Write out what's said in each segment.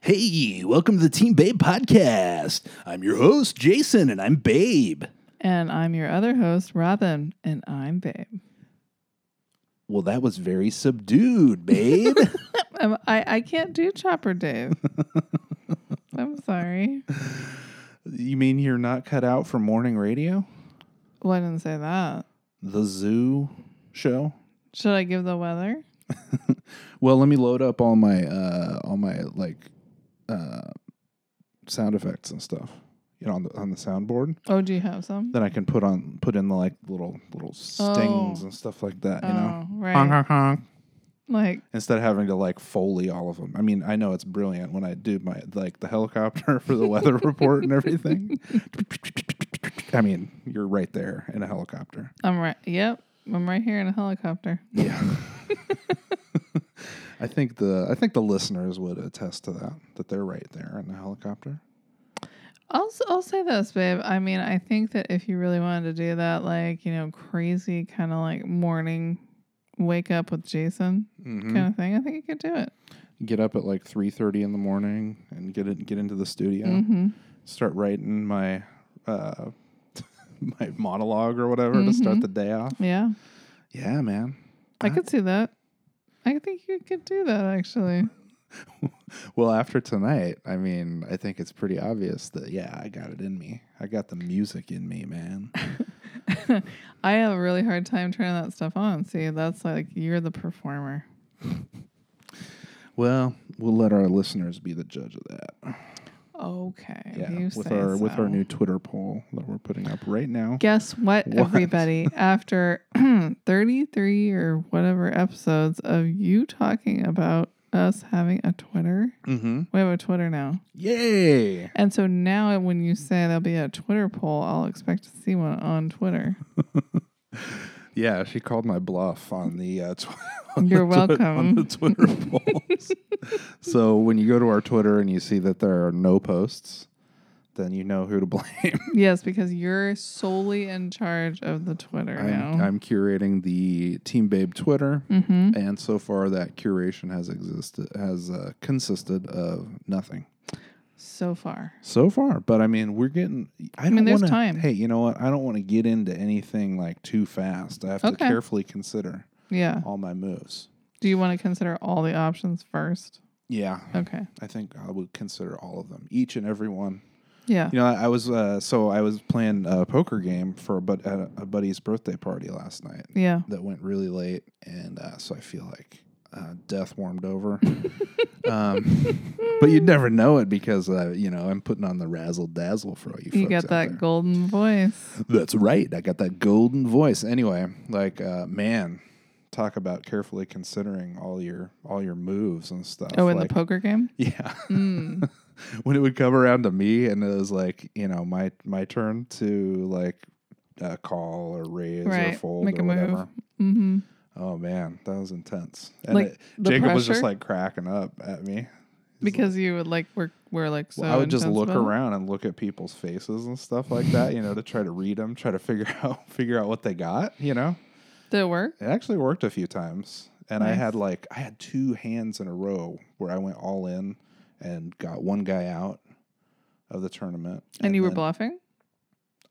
Hey, welcome to the Team Babe podcast. I'm your host, Jason, and I'm Babe. And I'm your other host, Robin, and I'm Babe. Well, that was very subdued, Babe. Um, I, I can't do Chopper Dave. I'm sorry. you mean you're not cut out for morning radio? Well, I didn't say that. The zoo show? Should I give the weather? Well, let me load up all my uh all my like uh sound effects and stuff. You know, on the on the soundboard. Oh, do you have some? Then I can put on put in the like little little stings Oh. and stuff like that, you oh, know. right. Honk, honk, honk. Like, instead of having to like foley all of them. I mean, I know it's brilliant when I do my like the helicopter for the weather report and everything. I mean, you're right there in a helicopter. I'm right. Yep. I'm right here in a helicopter. Yeah. I think the I think the listeners would attest to that that they're right there in a helicopter. I'll, s- I'll say this, babe. I mean, I think that if you really wanted to do that, like, you know, crazy kind of like morning wake up with Jason Mhm. kind of thing, I think you could do it. Get up at like three thirty in the morning and get it, get into the studio. Mm-hmm. Start writing my uh, my monologue or whatever to start Mhm. the day off. Yeah. Mm-hmm. Yeah, man. I could see that. I think you could do that actually. Well, after tonight, I mean, I think it's pretty obvious that yeah, I got it in me. I got the music in me, man. I have a really hard time turning that stuff on. See, that's like you're the performer. well, we'll let our listeners be the judge of that. Okay. Yeah, you with say our with our so. new Twitter poll that we're putting up right now. Guess what, What? everybody? After 33 or whatever episodes of you talking about us having a Twitter, Mm-hmm. we have a Twitter now. Yay! And so now when you say there'll be a Twitter poll, I'll expect to see one on Twitter. Yeah, she called my bluff on the. Uh, tw- on You're the twi- on welcome. the Twitter polls. so when you go to our Twitter and you see that there are no posts, then you know who to blame. yes, because you're solely in charge of the Twitter now. I'm, I'm curating the Team Babe Twitter. Mm-hmm. and so far that curation has existed has uh, consisted of nothing So far. so far but i mean we're getting i, don't mean, there's wanna, time. hey you know what i don't want to get into anything like too fast i have to Okay. carefully consider Yeah. all my moves Do you want to consider all the options first? yeah Okay. i think i would consider all of them each and every one Yeah. you know i, I was uh, so i was playing a poker game for a, bud at a, a buddy's birthday party last night Yeah. that went really late, and uh, so I feel like uh, death warmed over. um, but you'd never know it because uh, you know I'm putting on the razzle dazzle for all you. You folks got out that there. golden voice. That's right. I got that golden voice. Anyway, like uh, man, talk about carefully considering all your all your moves and stuff. Oh, in Like, the poker game? yeah. Mm. when it would come around to me, and it was like you know my my turn to like uh, call or raise or Right. fold Make or a move. whatever. hmm Oh man, that was intense. And Like, it- the Jacob was just pressure? like cracking up at me. Because you would like, we're, we're like, so. Well, I would just intense look about it. around and look at people's faces and stuff like that, you know, to try to read them, try to figure out figure out what they got, you know. Did it work? It actually worked a few times. And I Nice. had like I had two hands in a row where I went all in and got one guy out of the tournament. And, you were then bluffing?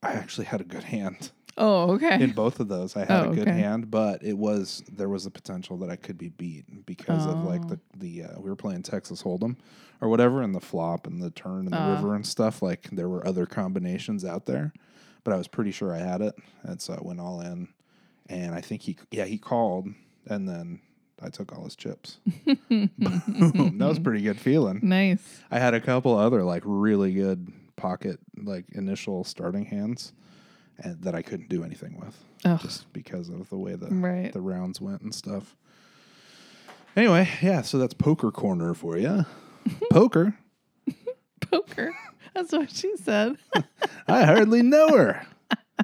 I actually had a good hand. Oh, okay. in both of those i had Oh, a good okay. hand but it was there was a potential that i could be beat because of like the Oh. the uh, we were playing texas hold'em or whatever and the flop and the turn and the Uh. river and stuff like there were other combinations out there but i was pretty sure i had it and so i went all in and i think he yeah he called and then i took all his chips that was pretty good feeling nice. i had a couple other like really good pocket like initial starting hands and that i couldn't do anything with Ugh. just because of the way the Right. the rounds went and stuff. Anyway, yeah, so that's poker corner for you. poker. Poker. That's what she said. I hardly know her.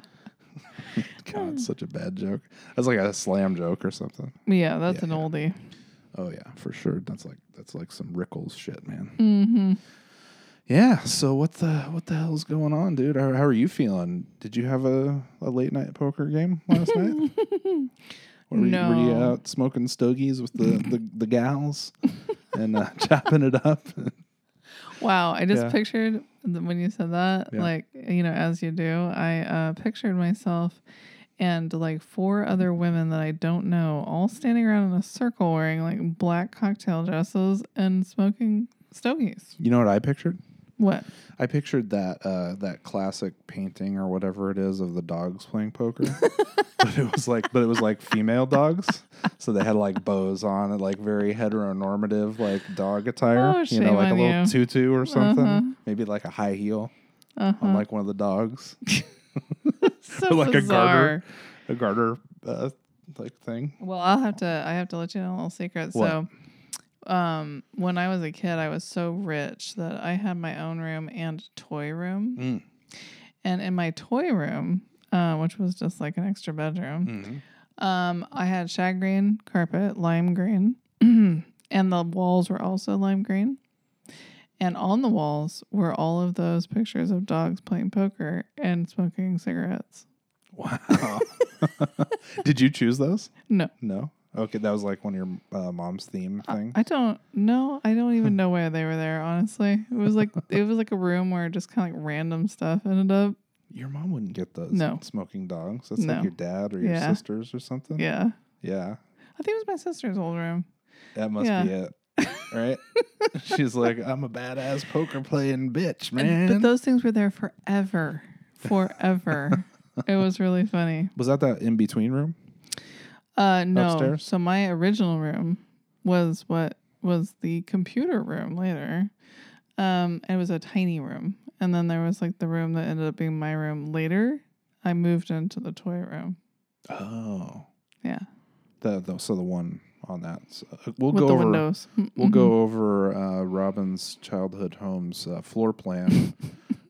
God, such a bad joke. That's like a slam joke or something. yeah, that's Yeah, an yeah. oldie. Oh yeah, for sure. That's like that's like some Rickles shit, man. Mm-hmm. Yeah. So what the what the hell's going on, dude? How, how are you feeling? Did you have a, a late night poker game last night? Or were, you, were you No. out smoking stogies with the the, the gals and uh, chopping it up? Wow, I just Yeah. pictured th- when you said that, Yeah. like you know, as you do, I uh, pictured myself and like four other women that I don't know, all standing around in a circle wearing like black cocktail dresses and smoking stogies. You know what I pictured? What? I pictured that uh, that classic painting or whatever it is of the dogs playing poker, but it was like but it was like female dogs, so they had like bows on and like very heteronormative like dog attire, Oh, you shame know, like a on little you. tutu or something, Uh-huh. maybe like a high heel Uh-huh. on like one of the dogs, so like a garter. bizarre. a garter uh, like thing. Well, I'll have to. I have to let you know a little secret. What? So, um, when I was a kid, I was so rich that I had my own room and toy room. Mm. And in my toy room, uh, which was just like an extra bedroom, Mhm. um, I had shag green carpet, lime green, and the walls were also lime green. And on the walls were all of those pictures of dogs playing poker and smoking cigarettes. Wow, did you choose those? No, No. Okay, that was like one of your uh, mom's theme thing. I don't know. I don't even know why they were there. Honestly, it was like it was like a room where just kind of like random stuff ended up. Your mom wouldn't get those. No. Smoking dogs. That's No. like your dad or your Yeah. sisters or something. Yeah, Yeah. I think it was my sister's old room. That must Yeah. be it. Right? She's like, I'm a badass poker playing bitch, And- man. but those things were there forever, forever. it was really funny. was that that in between room? Uh, no, Upstairs? so my original room was what was the computer room later. Um, it was a tiny room, and then there was like the room that ended up being my room later. I moved into the toy room. Oh. Yeah, The, the so the one on that. So, uh, we'll with go the Mm-hmm. over windows. we'll go over uh, Robin's childhood home's uh, floor plan.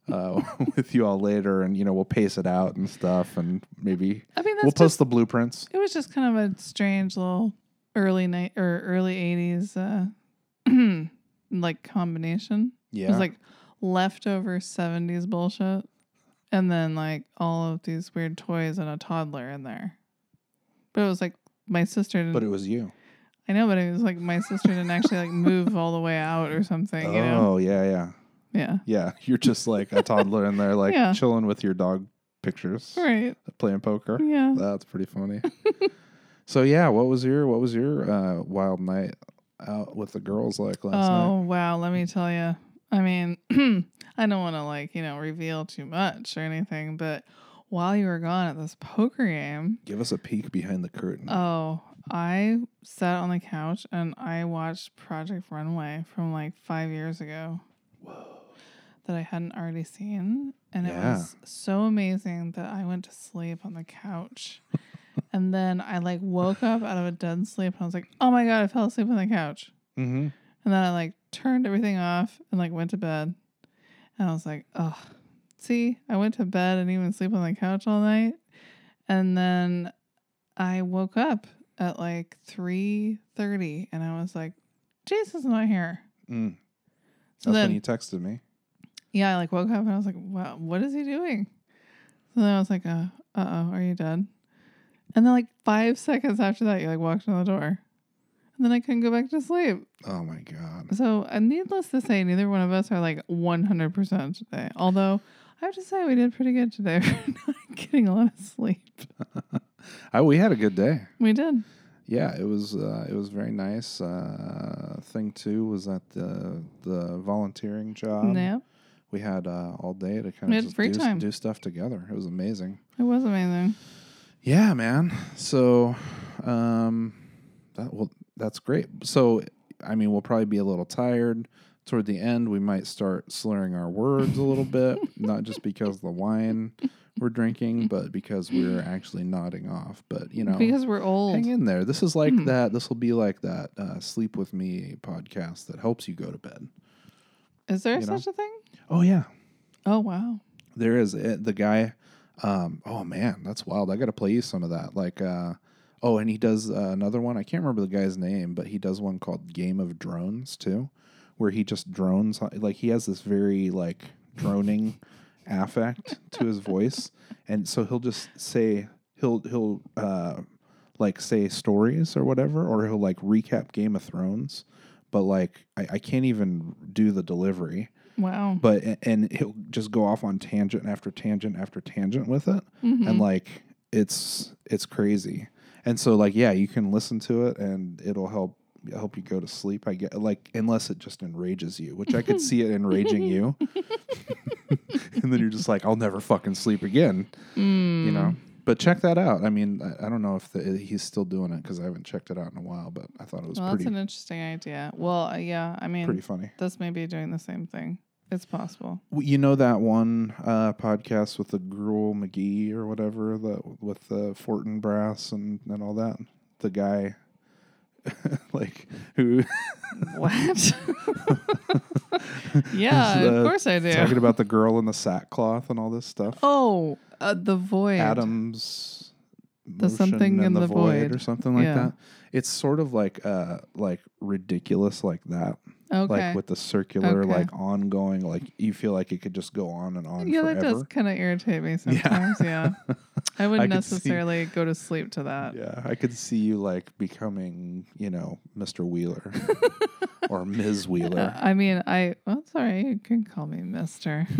Uh, with you all later, and you know we'll pace it out and stuff, and maybe I mean, we'll that's just, post the blueprints. it was just kind of a strange little early night or early 80s uh, like combination. Yeah, It was like leftover 70s bullshit and then like all of these weird toys and a toddler in there. But it was like my sister didn't, but it was you. I know, but it was like my sister didn't actually like move all the way out or something, you know? Oh yeah, yeah. Yeah. Yeah, you're just like a toddler in there, like Yeah. chilling with your dog pictures, Right. playing poker. Yeah. That's pretty funny. so yeah, what was your what was your uh, wild night out with the girls like last night? Oh wow, let me tell you. I mean, I don't want to like you know reveal too much or anything, but while you were gone at this poker game, Give us a peek behind the curtain. oh, I sat on the couch and I watched Project Runway from like five years ago Whoa. that I hadn't already seen, and it Yeah. was so amazing that I went to sleep on the couch. And then I like woke up out of a dead sleep and I was like, oh my God, I fell asleep on the couch. Mm-hmm. And then I like turned everything off and like went to bed. And I was like, oh, see, I went to bed and even sleep on the couch all night. And then I woke up at like 3.30 and I was like, Jason's not here. Mm. So That's then, when you texted me. yeah, I like woke up and I was like, wow, what is he doing? So then I was like, uh oh, are you dead? And then like five seconds after that, you like walked in the door. And then I couldn't go back to sleep. Oh my god. So, uh, needless to say, neither one of us are like 100% today. Although, I have to say, we did pretty good today for not getting a lot of sleep. I, we had a good day. We did. Yeah, it was uh, it was very nice. Uh, thing too was that the the volunteering job. yeah, we had uh, all day to kind We of had just free do, time. do stuff together. It was amazing. it was amazing. Yeah, man. So, um, that will that's great. So, I mean, we'll probably be a little tired toward the end. We might start slurring our words a little bit, not just because of the wine we're drinking, but because we're actually nodding off. But you know, because we're old. hang in there. This is like Mhm. that. This will be like that uh, sleep with me podcast that helps you go to bed. Is there you know? such a thing? Oh yeah, Oh, wow. There is uh, the guy. Um, oh man, that's wild. I got to play you some of that. Like, uh, oh, and he does uh, another one. I can't remember the guy's name, but he does one called Game of Drones too, where he just drones. uh, Like he has this very like droning affect to his voice, and so he'll just say he'll he'll uh, like say stories or whatever, or he'll like recap Game of Thrones. But like I, I can't even do the delivery. Wow. But a- and he'll just go off on tangent after tangent after tangent with it, Mhm. and like it's it's crazy. And so like yeah, you can listen to it and it'll help help you go to sleep. I get like unless it just enrages you, which I could see it enraging you, and then you're just like I'll never fucking sleep again Mm. you know. But check that out. I mean, I, I don't know if the, he's still doing it because I haven't checked it out in a while. But I thought it was Well, pretty that's an interesting idea. Well, uh, yeah, I mean, pretty funny. this may be doing the same thing. It's possible. Well, You know that one uh, podcast with the Gruel McGee or whatever, the with the Fortin Brass and and all that. The guy, like who What? yeah, Is that of course I do. talking about the girl in the sackcloth and all this stuff. oh, uh, the void. Adams The motion something and in the, the void, void. or something like Yeah. that. It's sort of like uh like ridiculous like that. Okay. like with the circular, Okay. like ongoing, like you feel like it could just go on and on yeah, forever. that does kind of irritate me sometimes. Yeah, I wouldn't I could see- necessarily go to sleep to that. Yeah, I could see you like becoming, you know, Mr. Wheeler or Ms. Uh, Wheeler. I mean, I well, sorry, you can call me Mister.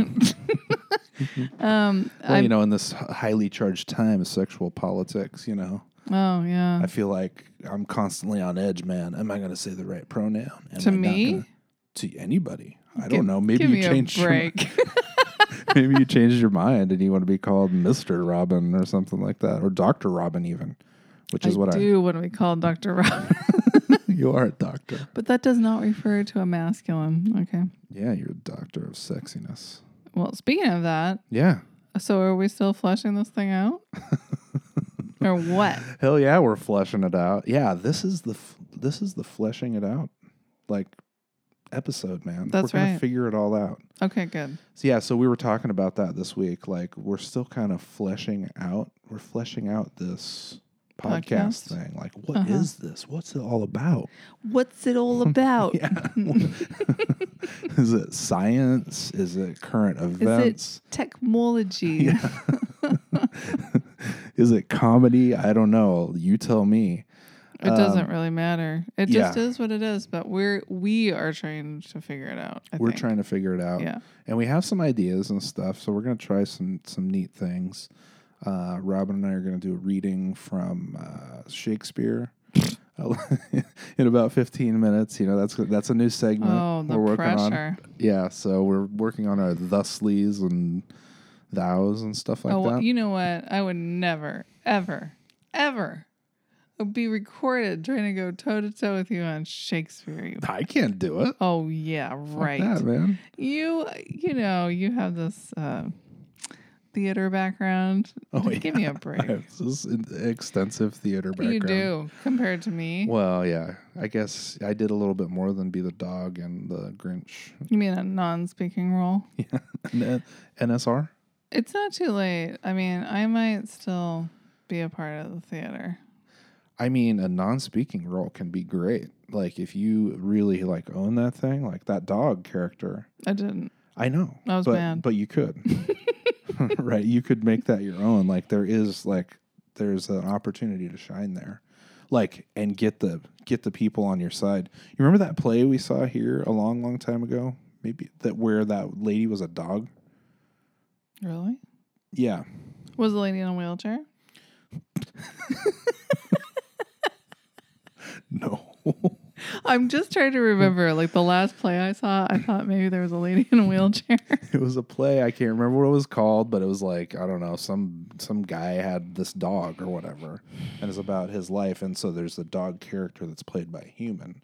um, Well, I'm- you know, in this h- highly charged time of sexual politics, you know, oh yeah, I feel like I'm constantly on edge, man. Am I going to say the right pronoun? Am To I not me? gonna- to anybody? I Give- don't know. Maybe give you me changed. a your- break. maybe you changed your mind and you want to be called Mr. Robin or something like that, or Doctor Robin even, which is I what I do when we call Doctor Rob, you are a doctor. but that does not refer to a masculine. Okay. Yeah, you're a doctor of sexiness. Well, speaking of that, Yeah. so are we still fleshing this thing out, or what? Hell yeah, we're fleshing it out. Yeah, this is the f- this is the fleshing it out like episode, man. That's we're gonna right. figure it all out. Okay, good. So yeah, so we were talking about that this week. Like we're still kind of fleshing out. We're fleshing out this podcast, Podcast? thing. Like what is Uh-huh. this? What's it all about? What's it all about? Yeah. is it science? Is it current events? Technology. Is it comedy? I don't know. You tell me. It doesn't really matter. It just Um, yeah. is what it is. But we're we are trying to figure it out. I We're think. trying to figure it out. Yeah. And we have some ideas and stuff, so we're going to try some some neat things. Uh, Robin and I are going to do a reading from uh, Shakespeare uh, in about 15 minutes. You know, that's that's a new segment Oh, the we're working on. pressure. Yeah, so we're working on our thuslies and thous and stuff like oh, well, that. you know what? I would never, ever, ever be recorded trying to go toe to toe with you on Shakespeare. you- I can't do it. Oh yeah, Fuck right. that, man. You you know you have this uh, theater background. Oh, Give me a break. I have this extensive theater background. You do compared to me. Well, yeah. I guess I did a little bit more than be the dog and the Grinch. You mean a non-speaking role? N- NSR? It's not too late. I mean, I might still be a part of the theater. I mean, a non-speaking role can be great. Like if you really like own that thing, like that dog character. I didn't. I know. I was but, mad. But you could. right? You could make that your own. Like there is like there's an opportunity to shine there. Like and get the get the people on your side. You remember that play we saw here a long, long time ago? Maybe that where that lady was a dog? Really? Yeah. Was the lady in a wheelchair? No. I'm just trying to remember. Like the last play I saw, I thought maybe there was a lady in a wheelchair. it was a play. I can't remember what it was called, but it was like, I don't know, some some guy had this dog or whatever. And it's about his life. And so there's the dog character that's played by a human.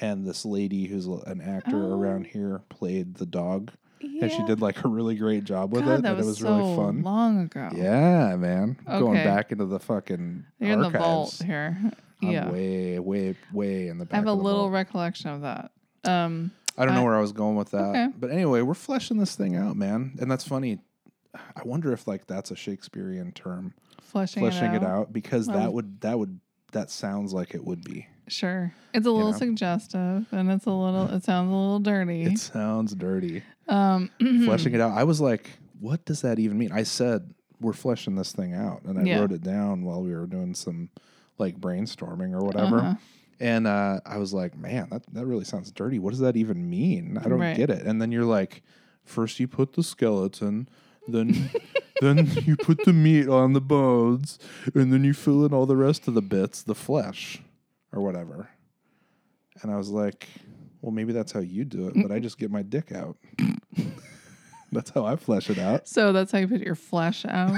And this lady who's l- an actor Oh. around here played the dog. yeah. And she did like a really great job with God, it. that and was, it was so really fun. long ago. Yeah, man. Going Okay. back into the fucking You're in archives. the vault here. I'm yeah. way, way, way in the back. I have a of the little vault. recollection of that. Um, I don't know I- where I was going with that. Okay. But anyway, we're fleshing this thing out, man. And that's funny. I wonder if like that's a Shakespearean term, fleshing, fleshing it out, because Well- that would that would that sounds like it would be. Sure. It's a little know? suggestive and it's a little, it sounds a little dirty. It sounds dirty. um, Fleshing it out. I was like, what does that even mean? I said we're fleshing this thing out and I Yeah. wrote it down while we were doing some like brainstorming or whatever. Uh-huh. And uh, I was like, man, that, that really sounds dirty. What does that even mean? I don't Right. get it. And then you're like, first you put the skeleton, then then you put the meat on the bones, and then you fill in all the rest of the bits, the flesh, or whatever. And I was like, well, maybe that's how you do it, but I just get my dick out. that's how I flesh it out. So that's how you put your flesh out.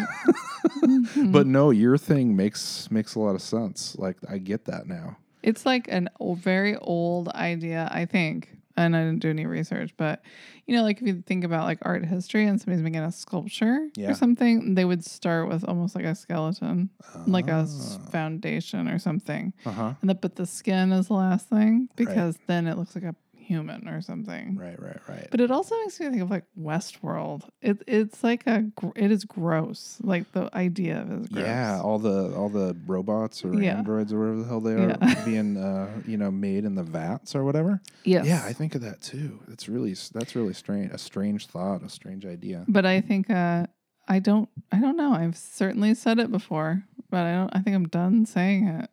Hmm. But no, your thing makes makes a lot of sense. Like I get that now. It's like an o- very old idea, I think. And I didn't do any research, but you know, like if you think about like art history and somebody's making a sculpture Yeah. or something, they would start with almost like a skeleton, like a s- Ah. foundation or something. Uh-huh. And the, but the skin is the last thing because then it looks like a human or something. Right, right, right. But it also makes me think of like Westworld. It it's like a gr- it is gross. Like the idea of it is gross. Yeah, all the all the robots or Yeah. androids or whatever the hell they are Yeah. being uh, you know made in the vats or whatever. Yes. Yeah, I think of that too. That's really s- that's really strange. A strange thought, a strange idea. but I think uh, I don't I don't know. I've certainly said it before, but I don't I think I'm done saying it.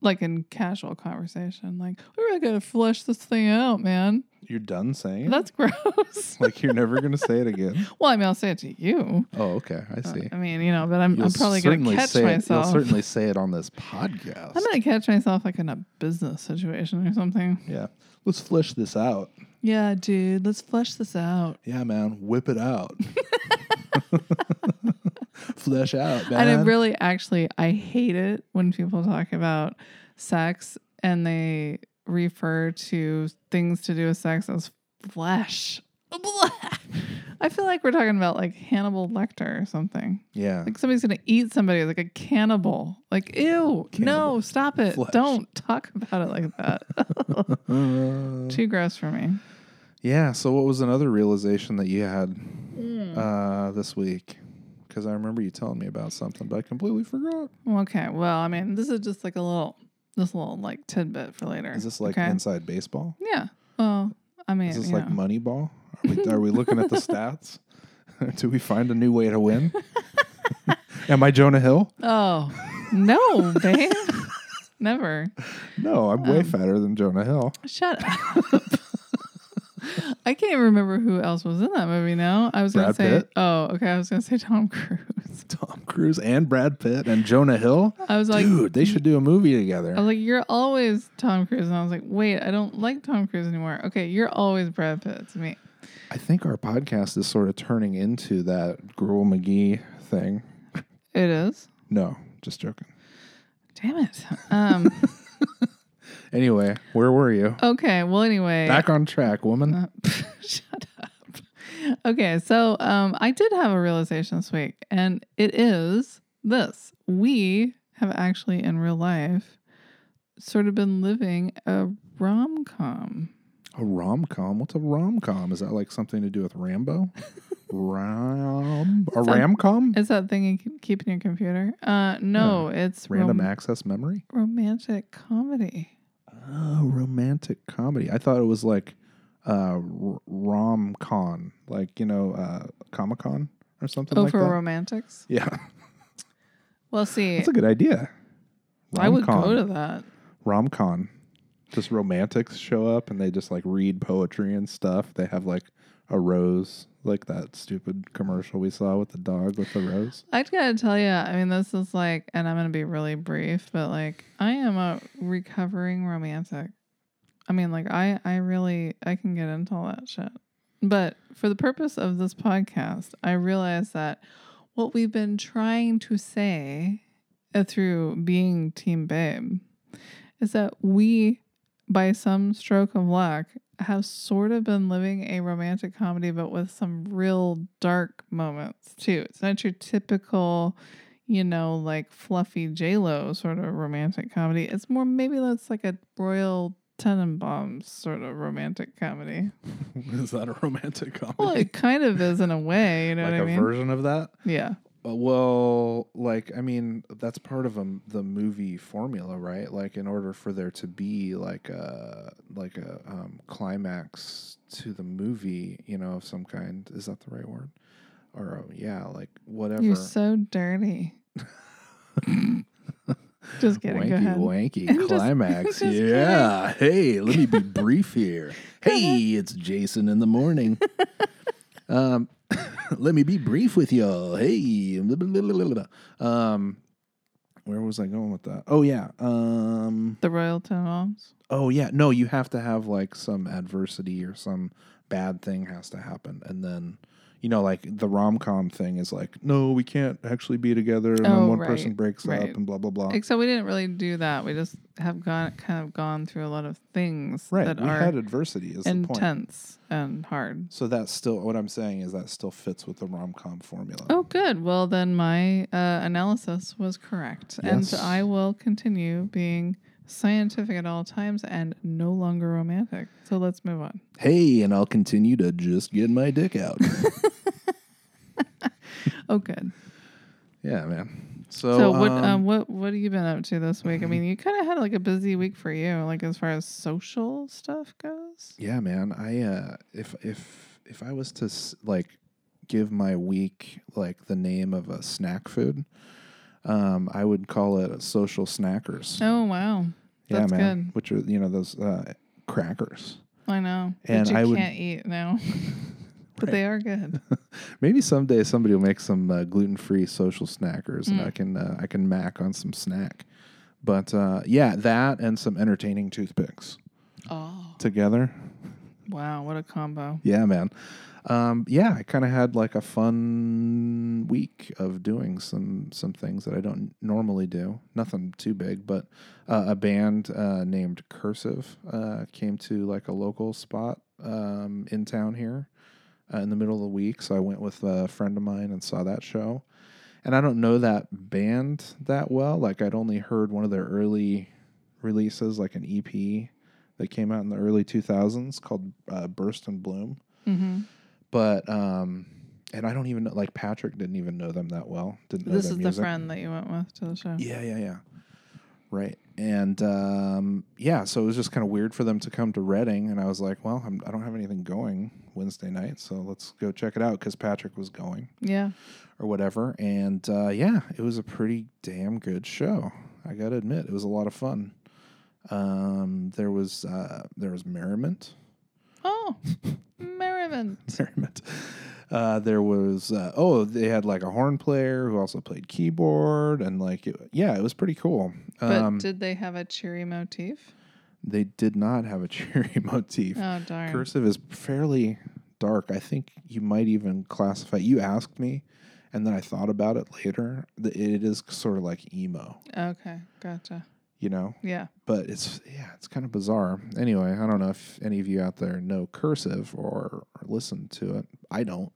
Like in casual conversation, like we're really gonna flush this thing out, man. You're done saying it? That's gross. like you're never gonna say it again. well, I mean, I'll say it to you. Oh, okay, I Uh, see. I mean, you know, but I'm, You'll I'm probably gonna certainly catch say it- myself. You'll certainly say it on this podcast. I'm gonna catch myself like in a business situation or something. yeah, let's flesh this out. Yeah, dude, let's flesh this out. Yeah, man, whip it out. Flesh out, man. And I really actually I hate it when people talk about sex and they refer to things to do with sex as flesh. Blah. I feel like we're talking about like Hannibal Lecter or something. yeah, Like somebody's gonna eat somebody like a cannibal. Like, ew, no, Cannibal. stop it. Flesh. Don't talk about it like that. Uh, Too gross for me. Yeah. So, what was another realization that you had uh, this week? Because I remember you telling me about something, but I completely forgot. Okay. Well, I mean, this is just like a little this little like tidbit for later. Is this like okay? inside baseball? Yeah. Well, I mean, Is this you like know. Moneyball? Are we, are we looking at the stats? Do we find a new way to win? Am I Jonah Hill? oh no, babe, never. No, I'm way Um, fatter than Jonah Hill. Shut up. I can't remember who else was in that movie now. I was gonna Brad say, Pitt? oh, okay, I was gonna say Tom Cruise. Tom Cruise and Brad Pitt and Oh. Jonah Hill. I was like, Dude, they should do a movie together. I was like, you're always Tom Cruise, and I was like, wait, I don't like Tom Cruise anymore. Okay, you're always Brad Pitt to me. I think our podcast is sort of turning into that Gruel McGee thing. It is. No, just joking. Damn it. Um. Anyway, where were you? okay. Well, anyway. Back on track, woman. Uh, Shut up. Okay, so um, I did have a realization this week, and it is this: we have actually, in real life, sort of been living a rom com. A rom com. What's a rom com? Is that like something to do with Rambo? Ram a Some- ram com? Is that thing you keep- keep in your computer? Uh, no, it's Random rom- access memory. romantic comedy. Oh, romantic comedy. I thought it was like uh, rom con, like you know, uh, Comic Con or something oh, like for that. romantics. yeah, Well, see, that's a good idea. I would Rom-con. go to that. rom con. Just romantics show up and they just like read poetry and stuff. They have like a rose, like that stupid commercial we saw with the dog with the rose. I gotta tell you, I mean, this is like, and I'm gonna be really brief, but like, I am a recovering romantic. I mean, like, I I really I can get into all that shit, but for the purpose of this podcast, I realize that what we've been trying to say uh, through being Team Babe is that we, by some stroke of luck, have sort of been living a romantic comedy, but with some real dark moments too. It's not your typical, you know, like fluffy J Lo sort of romantic comedy. It's more maybe that's like a Royal Tenenbaums sort of romantic comedy. Is that a romantic comedy? Well, it kind of is in a way, you know like what a I mean? version of that? yeah. Uh, Well, like I mean, that's part of um the movie formula, right? Like in order for there to be like a like a um, climax to the movie, you know, of some kind. Is that the right word? oh, Or uh, yeah, like whatever. You're so dirty. Just kidding. go ahead. wanky, I'm wanky just- climax. just kidding. yeah. Hey, let me be brief here. Hey, it's Jason in the morning. um, let me be brief with y'all. Hey, blah, blah, blah, blah, blah, blah. um, where was I going with that? Oh yeah. Um, The Royal Tenenbaums. oh yeah. No, you have to have like some adversity or some bad thing has to happen, and then. You know, like the rom com thing is like, no, we can't actually be together, and Oh, then one right, person breaks right. up, and blah blah blah. Except we didn't really do that. We just have gone kind of gone through a lot of things Right. that we had are adversity is the point. intense and hard. So that's still what I'm saying is that still fits with the rom com formula. Oh, good. Well, then my uh, analysis was correct, Yes. and I will continue being scientific at all times and no longer romantic. So let's move on. Hey, and I'll continue to just get my dick out. Oh, good. yeah, man. So, So, what um, Mm-hmm. um, what what have you been up to this week? I mean, you kind of had like a busy week for you, like as far as social stuff goes. yeah, man. I uh, if if if I was to s- like give my week like the name of a snack food, um, I would call it social snackers. Oh wow, that's yeah, man. good. Which are you know those uh, crackers. I know. And that you I would- can't eat now, but they are good. Maybe someday somebody will make some uh, gluten-free social snackers, and I can uh, I can mac on some snack. But uh, yeah, that and some entertaining toothpicks Oh together. wow, what a combo! Yeah, man. Um, yeah, I kind of had like a fun week of doing some some things that I don't normally do. Nothing too big, but uh, a band uh, named Cursive uh, came to like a local spot um, in town here uh, in the middle of the week. So I went with a friend of mine and saw that show. And I don't know that band that well. Like I'd only heard one of their early releases, like an EP that came out in the early 2000s called uh, Burst and Bloom. hmm But um, and I don't even know, like Patrick didn't even know them that well. Didn't know This their is the music. friend that you went with to the show. Yeah, yeah, yeah. Right. And um, yeah, so it was just kind of weird for them to come to Reading. And I was like, well, I'm, I don't have anything going Wednesday night. So let's go check it out because Patrick was going yeah. or whatever. And uh, yeah, it was a pretty damn good show. I got to admit, it was a lot of fun. Um, there was uh, there was merriment, Oh, Merriman. merriment. Uh, there was uh, oh they had like a horn player who also played keyboard and like it, yeah it was pretty cool. But Um, did they have a cheery motif? they did not have a cheery motif. Oh darn. Cursive is fairly dark. I think you might even classify. You asked me, and then I thought about it later. that It is sort of like emo, Okay, gotcha. you know. Yeah. But it's yeah, it's kind of bizarre. Anyway, I don't know if any of you out there know Cursive or, or listen to it. I don't,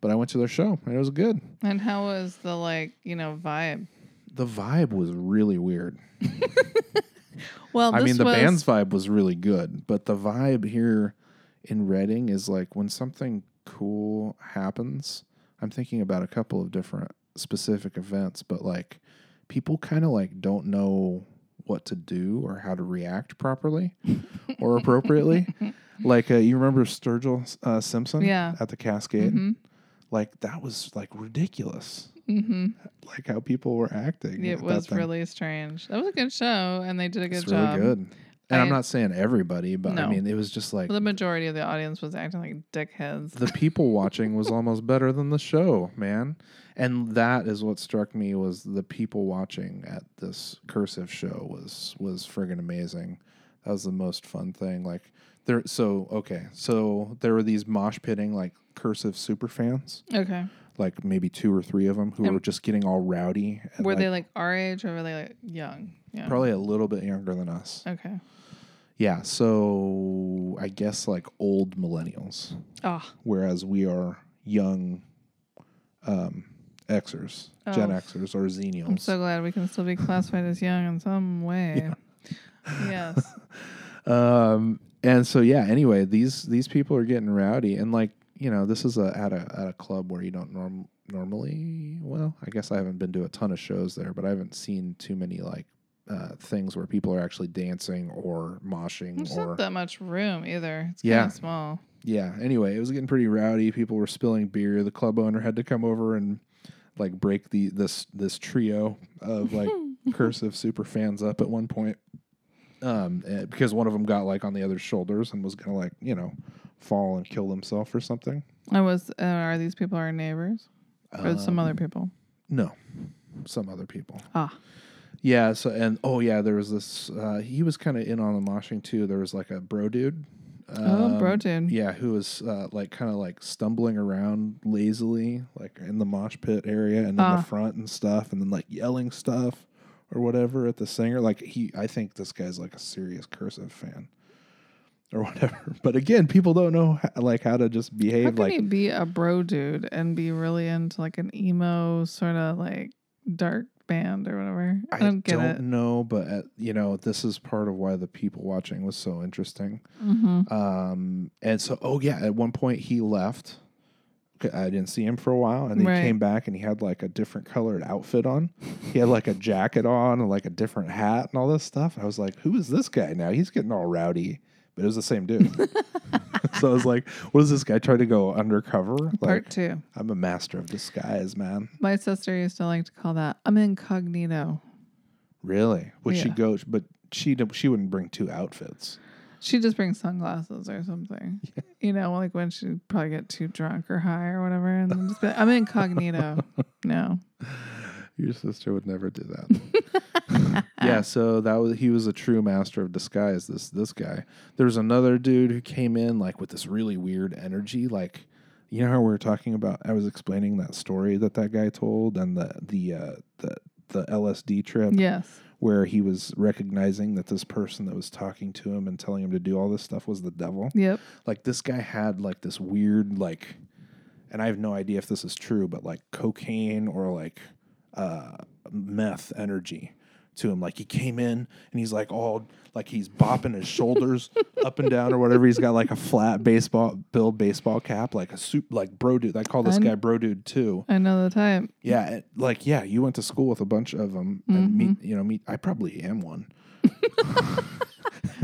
but I went to their show and it was good. And how was the like, you know, vibe? The vibe was really weird. Well, I this mean, the was, band's vibe was really good, but the vibe here in Reading is like when something cool happens. I'm thinking about a couple of different specific events, but like people kind of like don't know what to do or how to react properly or appropriately. Like uh, you remember Sturgill uh, Simpson Yeah. Mm-hmm. at the Cascade? Like that was like ridiculous. hmm Like how people were acting. at It that was thing. really strange. That was a good show, and they did a good It's job. really good. And I, am I- not saying everybody, but I No. mean, it was just like The majority of the audience was acting like dickheads. the people watching was almost better than the show, man. And that is what struck me was the people watching at this cursive show was was friggin' amazing. That was the most fun thing. Like there, so okay, so there were these mosh pitting like cursive super fans, Okay. like maybe two or three of them who And- were just getting all rowdy. And Were like, they like our age or were they like oh. young? Yeah. probably a little bit younger than us? Okay. Yeah, so I guess like old millennials. Ah. whereas we are young um, Xers, Gen Oh. Xers, or Xenials. I'm so glad we can still be classified as young in some way. Yes. um, and so yeah. Anyway, these these people are getting rowdy, and like you know, this is a at a at a club where you don't norm normally. Well, I guess I haven't been to a ton of shows there, but I haven't seen too many like. Uh, things where people are actually dancing or moshing There's or not that much room either. It's Yeah. kind of small. yeah anyway it was getting pretty rowdy people were spilling beer the club owner had to come over and like break the this this trio of like cursive super fans up at one point um, eh, because one of them got like on the other's shoulders and was gonna like you know fall and kill himself or something. I was. Uh, are these people our neighbors or Um, some other people? No, some other people. Ah, Yeah. So and oh yeah, there was this. Uh, he was kind of in on the moshing too. There was like a bro dude. oh, bro, um, dude. Yeah, who was uh, like kind of like stumbling around lazily, like in the mosh pit area and in Ah. the front and stuff, and then like yelling stuff or whatever at the singer. Like he, I think this guy's like a serious cursive fan or whatever. But again, people don't know how, like how to just How behave can like you be a bro dude and be really into like an emo sort of like dark band or whatever? I, don't get don't know, but uh you know, this is part of why the people watching was so interesting. it. Mm-hmm. Um, and so, oh yeah, at one point he left. 'Cause I didn't see him for a while, and he Right. came back, and he had like a different colored outfit on. He had like a jacket on, and like a different hat, and all this stuff. I was like, "Who is this guy now? He's getting all rowdy." But it was the same dude. so I was like, "What is this guy trying to go undercover?" Part Like, two. I'm a master of disguise, man. My sister used to like to call that I'm incognito. Really? Would she Yeah. go? But she don't- she wouldn't bring two outfits. She just brings sunglasses or something. You know, like when she probably get too drunk or high or whatever, and then just be like, I'm incognito. no, Your sister would never do that. yeah, so that was he was a true master of disguise. This this guy. There was another dude who came in like with this really weird energy. Like, you know how we were talking about? I was explaining that story that that guy told and the the uh, the the LSD trip yes, where he was recognizing that this person that was talking to him and telling him to do all this stuff was the devil yep, like this guy had like this weird like and i have no idea if this is true but like cocaine or like uh meth energy to him like he came in and he's like all like he's bopping his shoulders up and down or whatever he's got like a flat baseball bill baseball cap like a soup like bro dude i call this I'm- guy bro dude too I know the type. yeah it- like yeah you went to school with a bunch of them and me you know me i probably am one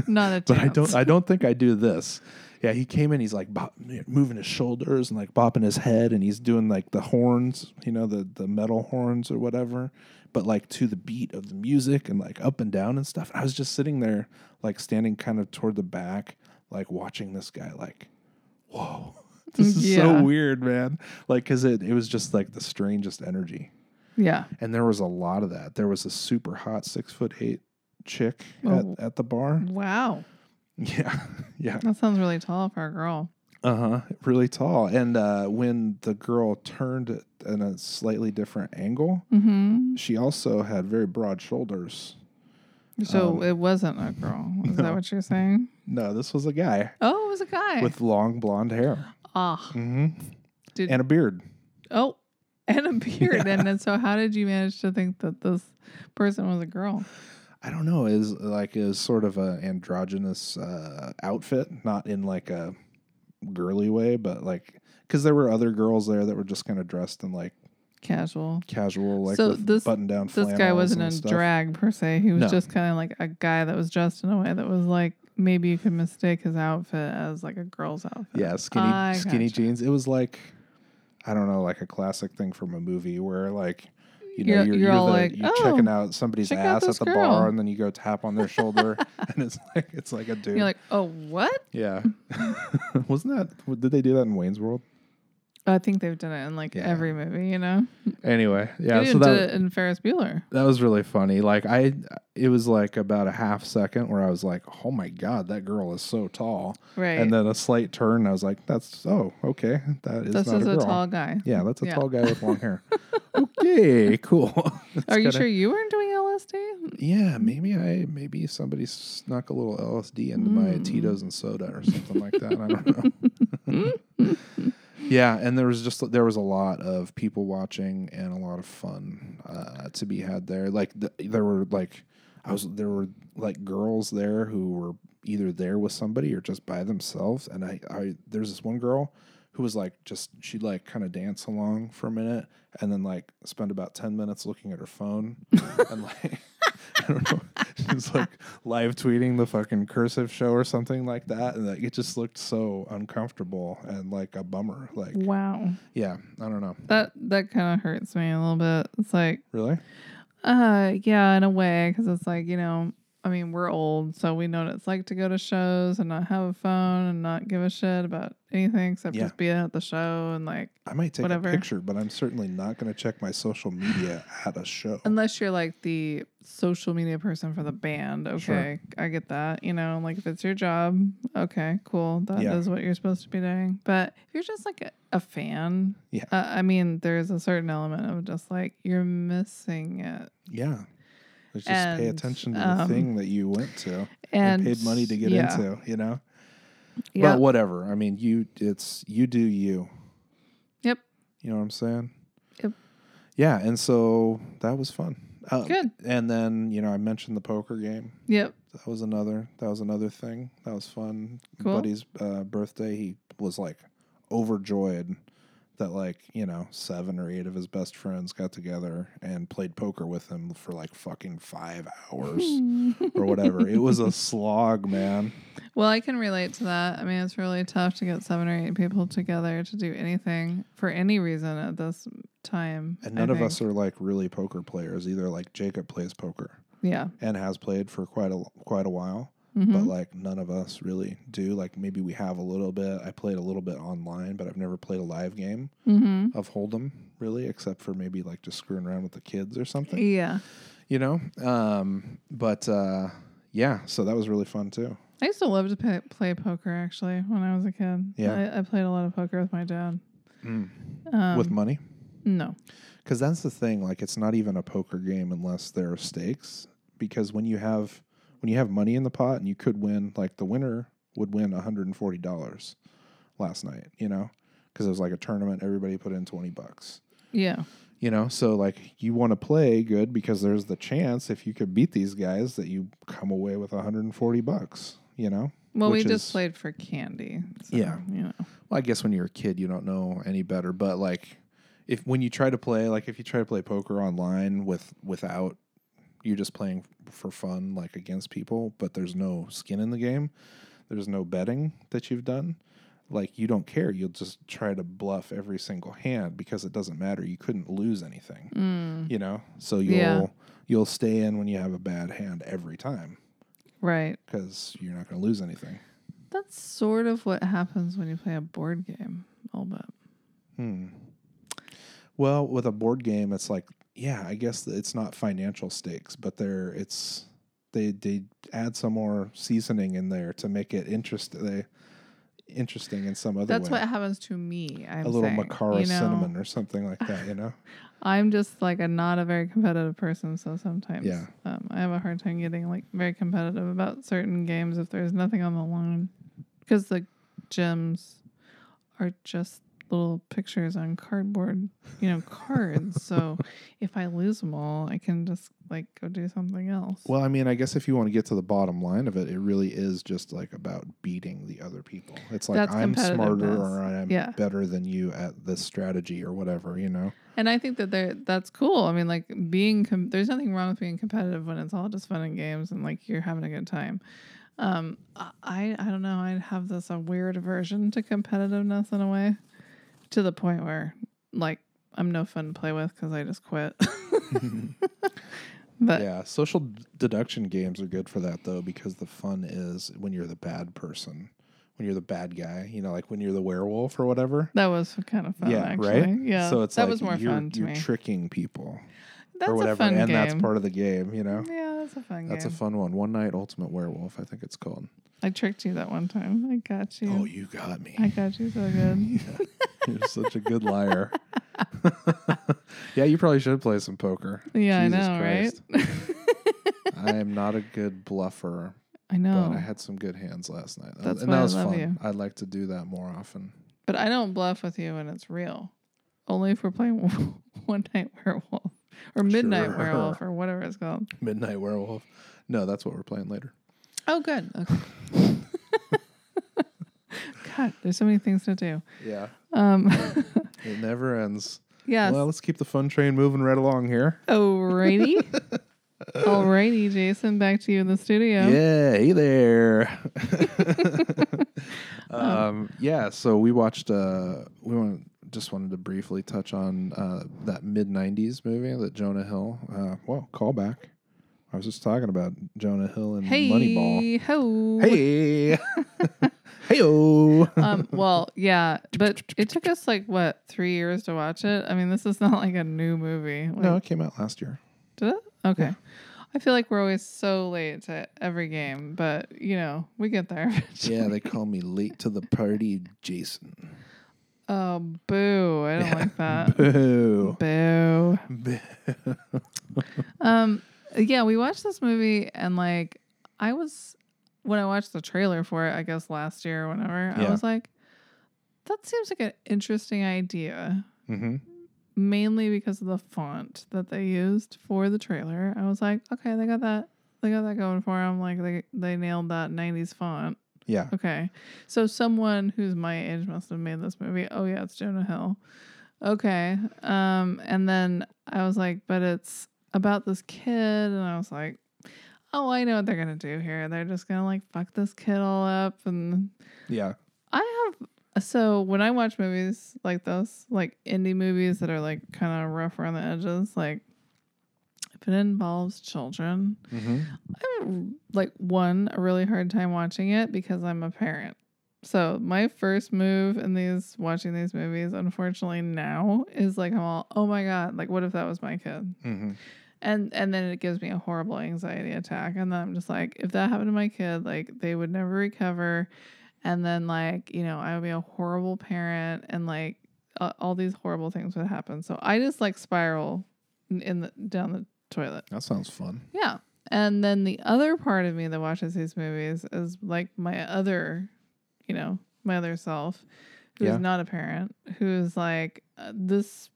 Not a chance. but I don't I don't think I do this. Yeah, he came in. He's like bop, moving his shoulders and like bopping his head, and he's doing like the horns, you know, the the metal horns or whatever, but like to the beat of the music and like up and down and stuff. I was just sitting there, like standing kind of toward the back, like watching this guy. Like, whoa, this is Yeah. so weird, man. Like, cause it it was just like the strangest energy, yeah. and there was a lot of that. There was a super hot six foot eight chick Oh. at, at the bar. Wow, Yeah, yeah. that sounds really tall for a girl. Uh-huh. Really tall. And uh when the girl turned it in a slightly different angle, Mm-hmm. she also had very broad shoulders. So Um, it wasn't a girl. Is no. that what you're saying? No, this was a guy Oh, it was a guy. with long blonde hair. ah, hmm Did- and a beard. oh, and a beard. And then, so how did you manage to think that this person was a girl? I don't know, is like is sort of a androgynous uh outfit, not in like a girly way, but like cuz there were other girls there that were just kind of dressed in like Casual. casual like So with this- button-down This guy flannels wasn't and in stuff. drag per se. He was No. just kind of like a guy that was dressed in a way that was like maybe you could mistake his outfit as like a girl's outfit. Yeah, skinny I skinny gotcha. jeans. It was like I don't know, like a classic thing from a movie where like you know You're- you're, you're, you're all the, like, you're checking "Oh, out somebody's check out ass this at the girl." bar and then you go tap on their shoulder and it's like it's like a dude. You're like, oh, what? yeah. Wasn't that did they do that in Wayne's World? I think they've done it in like Yeah. every movie, you know? Anyway, yeah, they so even that did it in Ferris Bueller. that was really funny. Like I it was like about a half second where I was like, "Oh my god, that girl is so tall." Right. And then a slight turn, I was like, "That's oh, okay. That is this not is a a girl." tall guy. Yeah, that's a Yeah. tall guy with long hair. okay, cool. That's Are you kinda- sure you weren't doing LSD? Yeah, maybe I maybe somebody snuck a little LSD into my Mm. Tito's and soda or something like that. I don't know. yeah, and there was just there was a lot of people watching and a lot of fun uh, to be had there. Like th- there were like I was there were like girls there who were either there with somebody or just by themselves. And I, I there's this one girl who was like just she'd like kind of dance along for a minute and then like spend about ten minutes looking at her phone and like I don't know she's like live tweeting the fucking cursive show or something like that. And like it just looked so uncomfortable and like a bummer. Like Wow. yeah, I don't know. That that kind of hurts me a little bit. It's like Really? Uh, yeah, in a way, because it's like you know, I mean, we're old, so we know what it's like to go to shows and not have a phone and not give a shit about anything except Yeah. just being at the show and like, I might take Whatever. a picture, but I'm certainly not going to check my social media at a show. unless you're like the social media person for the band, Sure. okay, I get that. You know, like if it's your job, okay, cool, that is Yeah. what you're supposed to be doing. But if you're just like a, a fan, Yeah. uh, I mean, there's a certain element of just like you're missing it yeah. Let's just pay And, attention to the um, thing that you went to and, and, paid money to get yeah, into, you know? Yeah. But whatever. I mean, you it's you do you. Yep. You know what I'm saying? Yep. Yeah, and so that was fun. Uh, Good. And then, you know, I mentioned the poker game. Yep. That was another that was another thing. That was fun. Cool. Buddy's uh, birthday, he was like overjoyed that like, you know, seven or eight of his best friends got together and played poker with him for like fucking 5 hours or whatever. It was a slog, man. Well, I can relate to that. I mean, it's really tough to get seven or eight people together to do anything for any reason at this time. And I none of think. us are like really poker players either. Like Jacob plays poker Yeah. and has played for quite a quite a while, Mhm. but like none of us really do. Like maybe we have a little bit. I played a little bit online, but I've never played a live game Mhm. of Hold'em really, except for maybe like just screwing around with the kids or something, Yeah. you know. Um, but uh, yeah, so that was really fun too. I used to love to play, play poker actually when I was a kid. Yeah. I, I played a lot of poker with my dad. Um, with money, no. because that's the thing. Like it's not even a poker game unless there are stakes. Because when you have when you have money in the pot and you could win, like the winner would win one hundred and forty dollars last night. You know, because it was like a tournament. Everybody put in twenty bucks. Yeah. You know, so like you want to play good because there's the chance if you could beat these guys that you come away with one hundred and forty bucks. You know, Well, Which we is- just played for candy. So, Yeah. You know. Well, I guess when you're a kid, you don't know any better. But like, if when you try to play, like if you try to play poker online with without you just playing for fun, like against people, but there's no skin in the game, there's no betting that you've done. Like you don't care. You'll just try to bluff every single hand because it doesn't matter. You couldn't lose anything, Mm, you know. So you'll Yeah. you'll stay in when you have a bad hand every time right. because you're not going to lose anything. That's sort of what happens when you play a board game. All but. Hmm. Well, with a board game, it's like, yeah, I guess that it's not financial stakes, but they're it's they they add some more seasoning in there to make it interest they interesting in some other That's way. what happens to me. I'm a little saying, Macara you know? cinnamon or something like that, you know? I'm just like a not a very competitive person, so sometimes Yeah. um, I have a hard time getting like very competitive about certain games if there's nothing on the line, because the gems are just little pictures on cardboard, you know, cards. so if I lose them all, I can just like go do something else. Well, I mean, I guess if you want to get to the bottom line of it, it really is just like about beating the other people. It's like That's I'm smarter competitiveness. or I'm Yeah. better than you at this strategy or whatever, you know? and I think that there that's cool. I mean, like being com- there's nothing wrong with being competitive when it's all just fun and games and like you're having a good time. Um, I I don't know. I have this a weird aversion to competitiveness in a way, to the point where like I'm no fun to play with because I just quit. but yeah, social d- deduction games are good for that though, because the fun is when you're the bad person, when you're the bad guy. You know, like when you're the werewolf or whatever. that was kind of fun. yeah, actually. right. Yeah. So it's that like was more you're, fun to you're me. tricking people that's or a whatever, fun and game. that's part of the game. You know, yeah, that's a fun that's game. a fun one. One night ultimate werewolf, I think it's called. I tricked you that one time. I got you. Oh, you got me. I got you so good. you're such a good liar. yeah, you probably should play some poker. Yeah, Jesus I know, right? I am not a good bluffer, I But know. I had some good hands last night. That- Oh. That's and why that I was love fun. you. I'd like to do that more often. But I don't bluff with you when it's real. Only if we're playing one night werewolf or midnight Sure. werewolf or whatever it's called. Midnight Werewolf. No, that's what we're playing later. Oh, good. Okay. God, there's so many things to do. Yeah. Um, It never ends. yes. Well, let's keep the fun train moving right along here. Alrighty. Alrighty, Jason. Back to you in the studio. Yeah, hey there. um, yeah, so we watched uh we went just wanted to briefly touch on uh, that mid '90s movie that Jonah Hill. Uh, well, callback. I was just talking about Jonah Hill and Hey, Moneyball. ho. Hey, hey, oh. um, well, yeah, but it took us like what three years to watch it. I mean, this is not like a new movie. Like, No, it came out last year. did it? Okay. Yeah. I feel like we're always so late to every game, but you know we get there. eventually. Yeah, they call me late to the party, Jason. Oh, boo! I don't Yeah. like that. Boo. boo. Boo. Um, yeah, we watched this movie and like I was when I watched the trailer for it, I guess last year or whenever, I Yeah. was like, that seems like an interesting idea. hmm Mainly because of the font that they used for the trailer. I was like, okay, they got that they got that going for them. Like they they nailed that 90s font. Yeah. Okay. So someone who's my age must have made this movie. Oh yeah, it's Jonah Hill. Okay. Um and then I was like, but it's about this kid and I was like, oh, I know what they're going to do here. They're just going to like fuck this kid all up and Yeah. I have so when I watch movies like this, like indie movies that are like kind of rough around the edges, like if it involves children, hmm I'm like one a really hard time watching it because I'm a parent. So my first move in these watching these movies, unfortunately now, is like I'm all, oh my god, like what if that was my kid? hmm And and then it gives me a horrible anxiety attack. And then I'm just like, if that happened to my kid, like they would never recover. And then like, you know, I would be a horrible parent and like uh, all these horrible things would happen. So I just like spiral in, in the down the toilet. That sounds fun. Yeah. And then the other part of me that watches these movies is like my other, you know, my other self, who's Yeah. not a parent, who's like, uh, this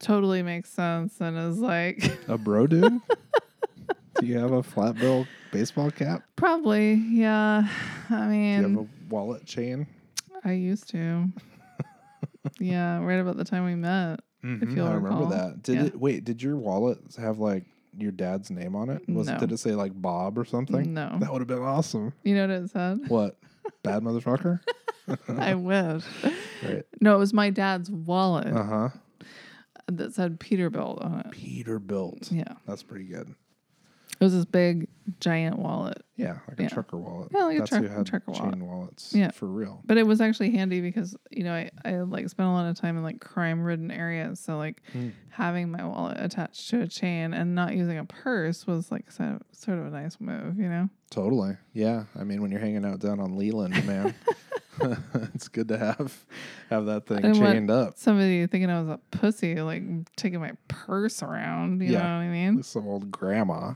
totally makes sense and is like, A bro dude? Do you have a flat bill baseball cap? probably, yeah. I Do you have mean, a wallet chain? I used to. yeah, right about the time we met. you'll Mm-hmm, I remember recall. that. Did Yeah. it wait, did your wallet have like your dad's name on it? Was No. did it say like Bob or something? No. That would have been awesome. You know what it said? What? Bad motherfucker? I wish. Right. No, it was my dad's wallet Uh-huh. that said Peterbilt on it. Peterbilt. Yeah. That's pretty good. It was this big, giant wallet. Yeah, like a Yeah. trucker wallet. Yeah, like a That's truck- who had trucker chain wallet. wallets. Yeah. For real. But it was actually handy because you know I, I like spent a lot of time in like crime ridden areas, so like Mm. having my wallet attached to a chain and not using a purse was like so, sort of a nice move, you know. Totally. Yeah. I mean, when you're hanging out down on Leland, man, it's good to have have that thing didn't want- chained up. Somebody thinking I was a pussy, like taking my purse around, you Yeah. know what I mean? This Some old grandma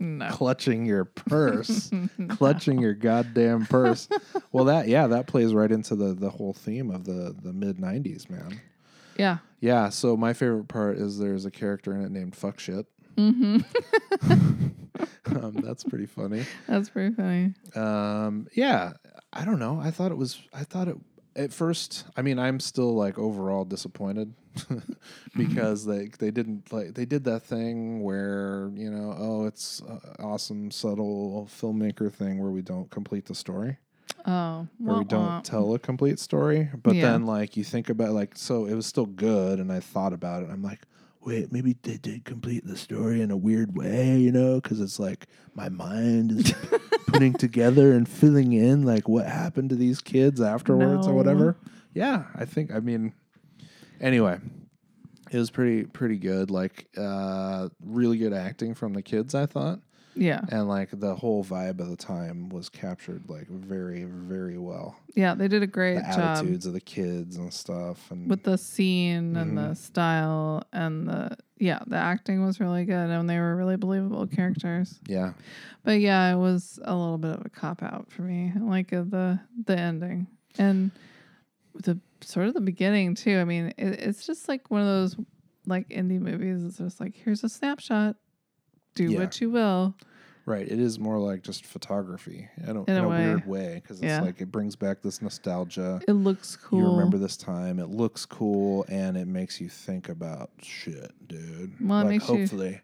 No, clutching your purse, clutching your goddamn purse. well, that yeah, that plays right into the the whole theme of the the mid '90s, man. yeah, Yeah. So my favorite part is there's a character in it named Fuck Shit. hmm Um, that's pretty funny. that's pretty funny. Um, yeah, I don't know. I thought it was. I thought it at first. I mean, I'm still like overall disappointed because they they didn't like they did that thing where you know oh it's uh, awesome subtle filmmaker thing where we don't complete the story Oh, where we wah, don't wah. tell a complete story. But Yeah. then like you think about like so it was still good, and I thought about it. I'm like. Wait, maybe they did complete the story in a weird way, you know, because it's like my mind is putting together and filling in like what happened to these kids afterwards or No. whatever. Yeah, I think. I mean, anyway, it was pretty pretty good. Like, uh, really good acting from the kids, I thought, yeah, and like the whole vibe of the time was captured like very very well yeah, they did a great the job. attitudes of the kids and stuff and um, with the scene and the Mhm. style and the yeah the acting was really good and they were really believable characters yeah but yeah it was a little bit of a cop out for me like uh, the the ending and the sort of the beginning too i mean it, it's just like one of those like indie movies it's just like here's a snapshot do Yeah. what you will right it is more like just photography in a, In a in a way. weird way because it's Yeah. like it brings back this nostalgia it looks cool you remember this time it looks cool and it makes you think about shit dude Well, it like makes you- hopefully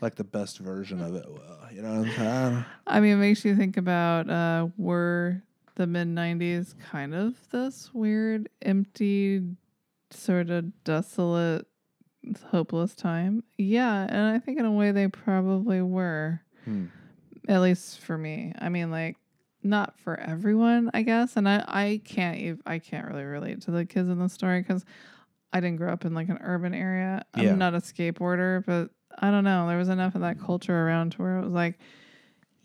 like the best version of it will you know what i'm saying I mean, it makes you think about uh, were the mid 90s kind of this weird, empty, sort of desolate, hopeless time. Yeah, and I think in a way they probably were, Hmm. at least for me. I mean, like not for everyone, I guess. And I I can't ev- I can't really relate to the kids in the story because I didn't grow up in like an urban area. I'm Yeah. not a skateboarder, but I don't know. There was enough of that culture around to where it was like.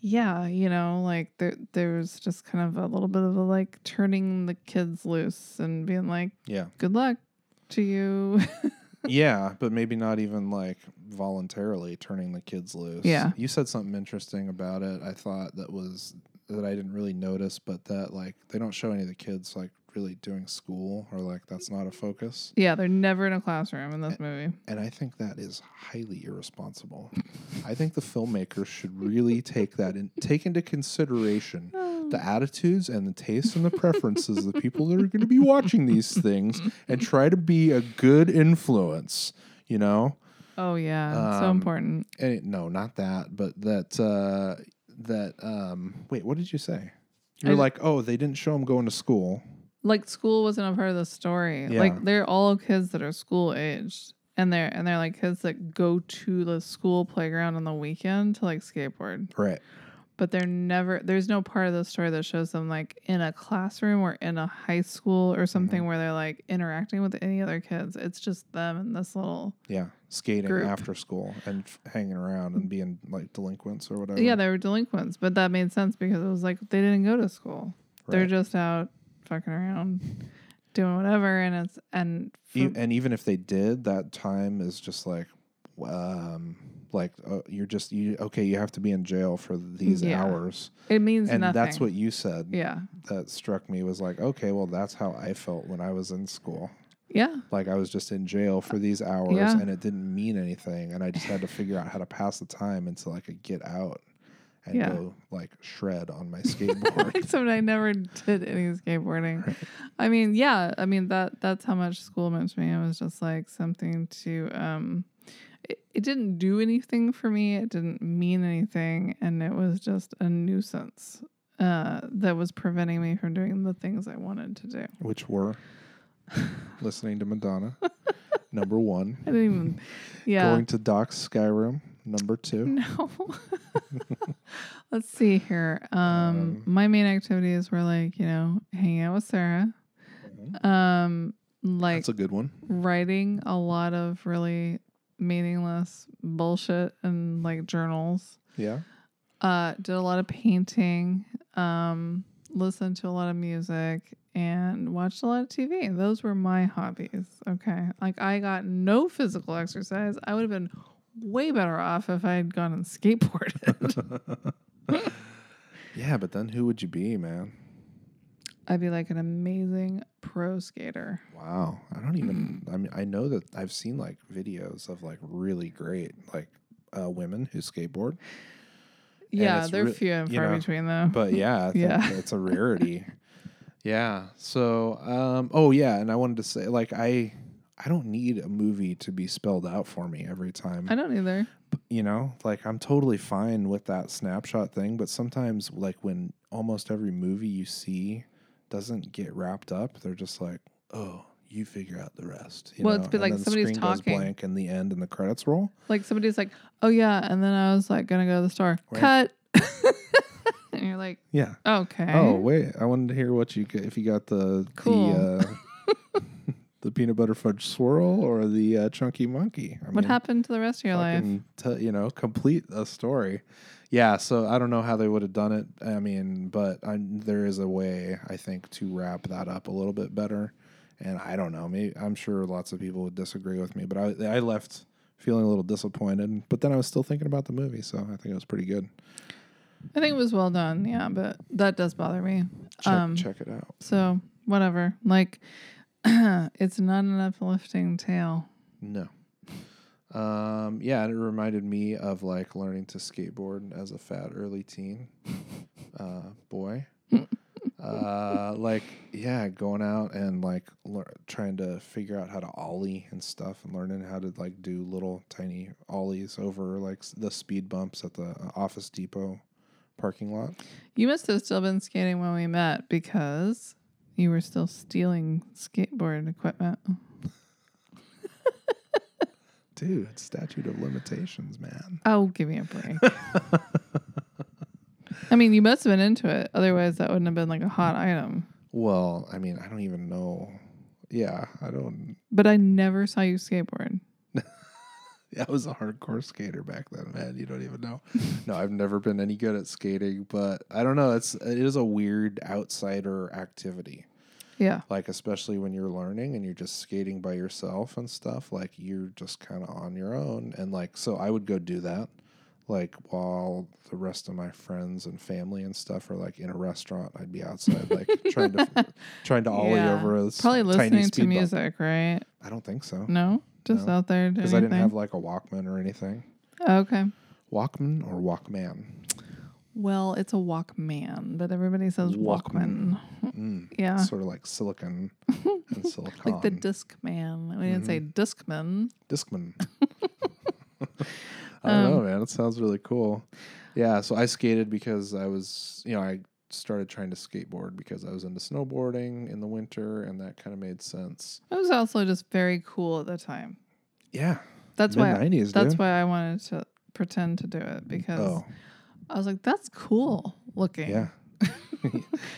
Yeah, you know, like there, there was just kind of a little bit of a like turning the kids loose and being like, Yeah. good luck to you. yeah, but maybe not even like voluntarily turning the kids loose. Yeah. You said something interesting about it. I thought that was that I didn't really notice, but that like they don't show any of the kids like really doing school or like that's not a focus. yeah, they're never in a classroom in Eh, this movie. And I think that is highly irresponsible. I think the filmmakers should really take that and take into consideration the attitudes and the tastes and the preferences of the people that are going to be watching these things and try to be a good influence, you know? Oh yeah, so Um, important. and it- no, not that, but that uh, that um, wait, what did you say? You're I- like, oh, they didn't show him going to school. Like school wasn't a part of the story. Yeah. Like they're all kids that are school aged, and they're and they're like kids that go to the school playground on the weekend to like skateboard. Right. But they're never. There's no part of the story that shows them like in a classroom or in a high school Mm-hmm. or something where they're like interacting with any other kids. It's just them and this little. Yeah, skating Group. after school and f- hanging around and being like delinquents or whatever. Yeah, they were delinquents, but that made sense because it was like they didn't go to school. They're Right. just out fucking around, doing whatever, and it's and for- E- and even if they did, that time is just like, um, like uh, you're just you okay. You have to be in jail for these Yeah. hours, it means and nothing. that's what you said. Yeah, That struck me was like, okay, well, that's how I felt when I was in school. yeah, like I was just in jail for these hours Yeah. and it didn't mean anything and I just had to figure out how to pass the time until I could get out and Yeah. go like shred on my skateboard. except I never did any skateboarding. I mean, yeah, I mean that that's how much school meant to me. It was just like something to um it, it didn't do anything for me. It didn't mean anything and it was just a nuisance uh that was preventing me from doing the things I wanted to do. which were listening to Madonna, number one. I didn't even yeah. Going to Doc's Skyrim, number two. No. Let's see here. Um, my main activities were like, you know, hanging out with Sarah. Mm-hmm. Um, like That's a good one. writing a lot of really meaningless bullshit and like journals. Yeah. Uh, did a lot of painting. Um, listened to a lot of music and watched a lot of TV. Those were my hobbies. Okay. Like I got no physical exercise. I would have been way better off if I had gone and skateboarded. Yeah, but then who would you be, man? I'd be like an amazing pro skater. Wow. I don't even Mm. I mean I know that I've seen like videos of like really great like uh, women who skateboard. Yeah, it's they're re- few and you far know, between though. but yeah, I think Yeah. it's a rarity. yeah. So, um, oh yeah, and I wanted to say, like, I, I don't need a movie to be spelled out for me every time. I don't either. You know, like I'm totally fine with that snapshot thing, but sometimes, like, when almost every movie you see doesn't get wrapped up, they're just like, oh. You figure out the rest. You Well, know? it's been And like then the somebody's screen talking. Goes blank in the end, and the credits roll. Like somebody's like, "Oh yeah," and then I was like, "Gonna go to the store." Right. Cut. and you're like, Yeah. "Okay." Oh wait, I wanted to hear what you get if you got the Uh-huh. Cool. the uh, the peanut butter fudge swirl or the uh, chunky monkey. I mean, what happened to the rest of your life? fucking T- you know, complete a story. Yeah, so I don't know how they would have done it. I mean, but I, there is a way I think to wrap that up a little bit better. And I don't know. Maybe I'm sure lots of people would disagree with me, but I, I left feeling a little disappointed. But then I was still thinking about the movie, so I think it was pretty good. I think it was well done. Yeah, but that does bother me. Check, Um, check it out. So whatever. Like, it's not an uplifting tale. No. Um, yeah, and it reminded me of like learning to skateboard as a fat early teen uh, boy. uh, like, yeah, going out and like lear- trying to figure out how to ollie and stuff, and learning how to like do little tiny ollies over like s- the speed bumps at the uh, Office Depot parking lot. You must have still been skating when we met because you were still stealing skateboard equipment. dude, it's statute of limitations, man. Oh, give me a break. I mean, you must have been into it. Otherwise, that wouldn't have been like a hot item. Well, I mean, I don't even know. Yeah, I don't. But I never saw you skateboard. I was a hardcore skater back then, man. You don't even know. no, I've never been any good at skating, but I don't know. It's it is a weird outsider activity. Yeah. Like especially when you're learning and you're just skating by yourself and stuff. Like you're just kind of on your own, and like so, I would go do that. Like while the rest of my friends and family and stuff are like in a restaurant, I'd be outside like trying to trying to ollie Yeah. over a s- Probably tiny listening speed to bump. music, right? I don't think so. No, just No, out there doing Oh, Because I didn't have like a Walkman or anything. okay. Walkman or Walkman? Well, it's a Walkman, but everybody says Walkman. Walkman. Mm. Yeah. Sort of like silicon and silicon. Uh. Like the Discman. We didn't say Mm-hmm. Discman. Discman. I don't know, Um, man. It sounds really cool. Yeah. So I skated because I was, you know, I started trying to skateboard because I was into snowboarding in the winter and that kind of made sense. It was also just very cool at the time. Yeah. That's why. 90s, That's why I wanted to pretend to do it because Oh, I was like, "That's cool looking." yeah.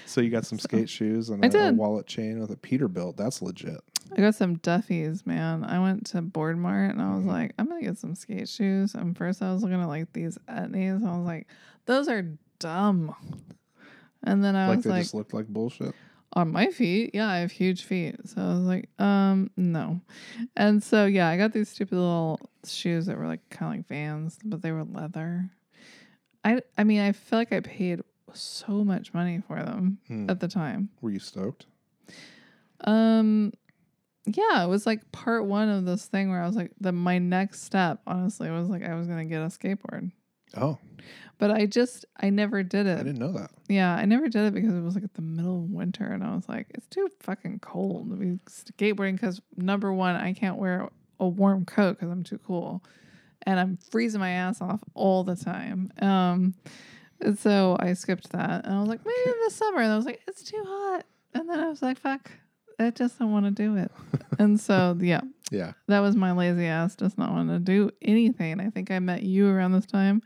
so you got some skate shoes and I a- a did. wallet chain with a Peterbilt. That's legit. I got some Duffies, man. I went to Boardmart and I was Mhm. like, I'm gonna get some skate shoes. And first I was looking at like these Etnies and I was like, those are dumb. And then I like was they like, just looked like bullshit. on my feet, yeah, I have huge feet. So I was like, um, no. And so yeah, I got these stupid little shoes that were like kind of like Vans, but they were leather. I I mean, I feel like I paid so much money for them Hmm. at the time. Were you stoked? Um yeah, it was like part one of this thing where I was like the my next step honestly was like I was gonna get a skateboard. Oh, But I just I never did I it. didn't know that. yeah, I never did it because it was like at the middle of winter and I was like, it's too fucking cold to be skateboarding because number one, I can't wear a warm coat because I'm too cool. And I'm freezing my ass off all the time. Um and so I skipped that and I was like, maybe in the summer. And I was like, it's too hot. And then I was like, fuck, I just don't want to do it. and so, yeah, Yeah. that was my lazy ass, just not wanting to do anything. And I think I met you around this time.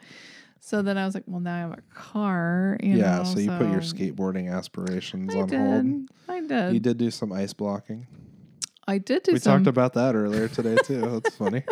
So then I was like, well, now I have a car. You yeah. know, so you put your so- skateboarding aspirations I on did. I hold. You did. did do some ice blocking. I did do we some. talked about that earlier today too. That's funny.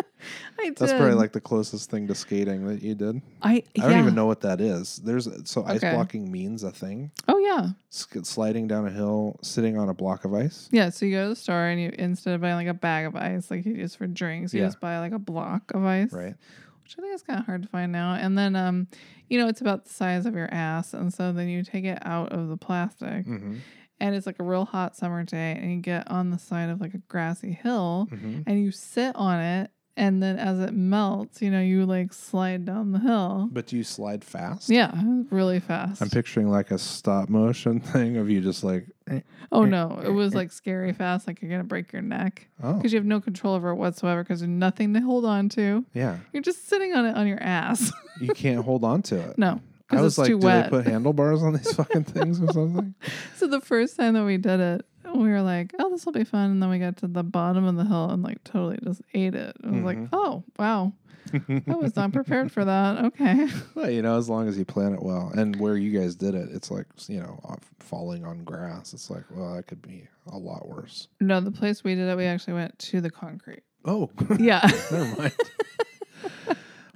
I did. That's probably like the closest thing to skating that you did. I. I Yeah. don't even know what that is. There's so ice Okay. blocking means a thing. Oh yeah, Sk- sliding down a hill, sitting on a block of ice. yeah. So you go to the store and you instead of buying like a bag of ice, like you use for drinks, you Yeah. just buy like a block of ice. Right. which I think is kind of hard to find now. And then, um, you know, it's about the size of your ass, and so then you take it out of the plastic, Mm-hmm. and it's like a real hot summer day, and you get on the side of like a grassy hill, Mm-hmm. and you sit on it, and then as it melts, you know, you like slide down the hill. But do you slide fast? Yeah, really fast. I'm picturing like a stop motion thing of you just like eh, oh no, it was like scary fast, like you're gonna break your neck oh because you have no control over it whatsoever because there's nothing to hold on to. yeah You're just sitting on it on your ass. you can't hold on to it. no, I because was it's like, too do wet. they put handlebars on these fucking things or something? So the first time that we did it, we were like, "Oh, this will be fun," and then we got to the bottom of the hill and like totally just ate it. I was like, Mhm. "Oh, wow, I was not prepared for that." Okay, Well, you know, as long as you plan it well, and where you guys did it, it's like you know, off, falling on grass. It's like, well, that could be a lot worse. no, the place we did it, we actually went to the concrete. Oh, Yeah, never mind.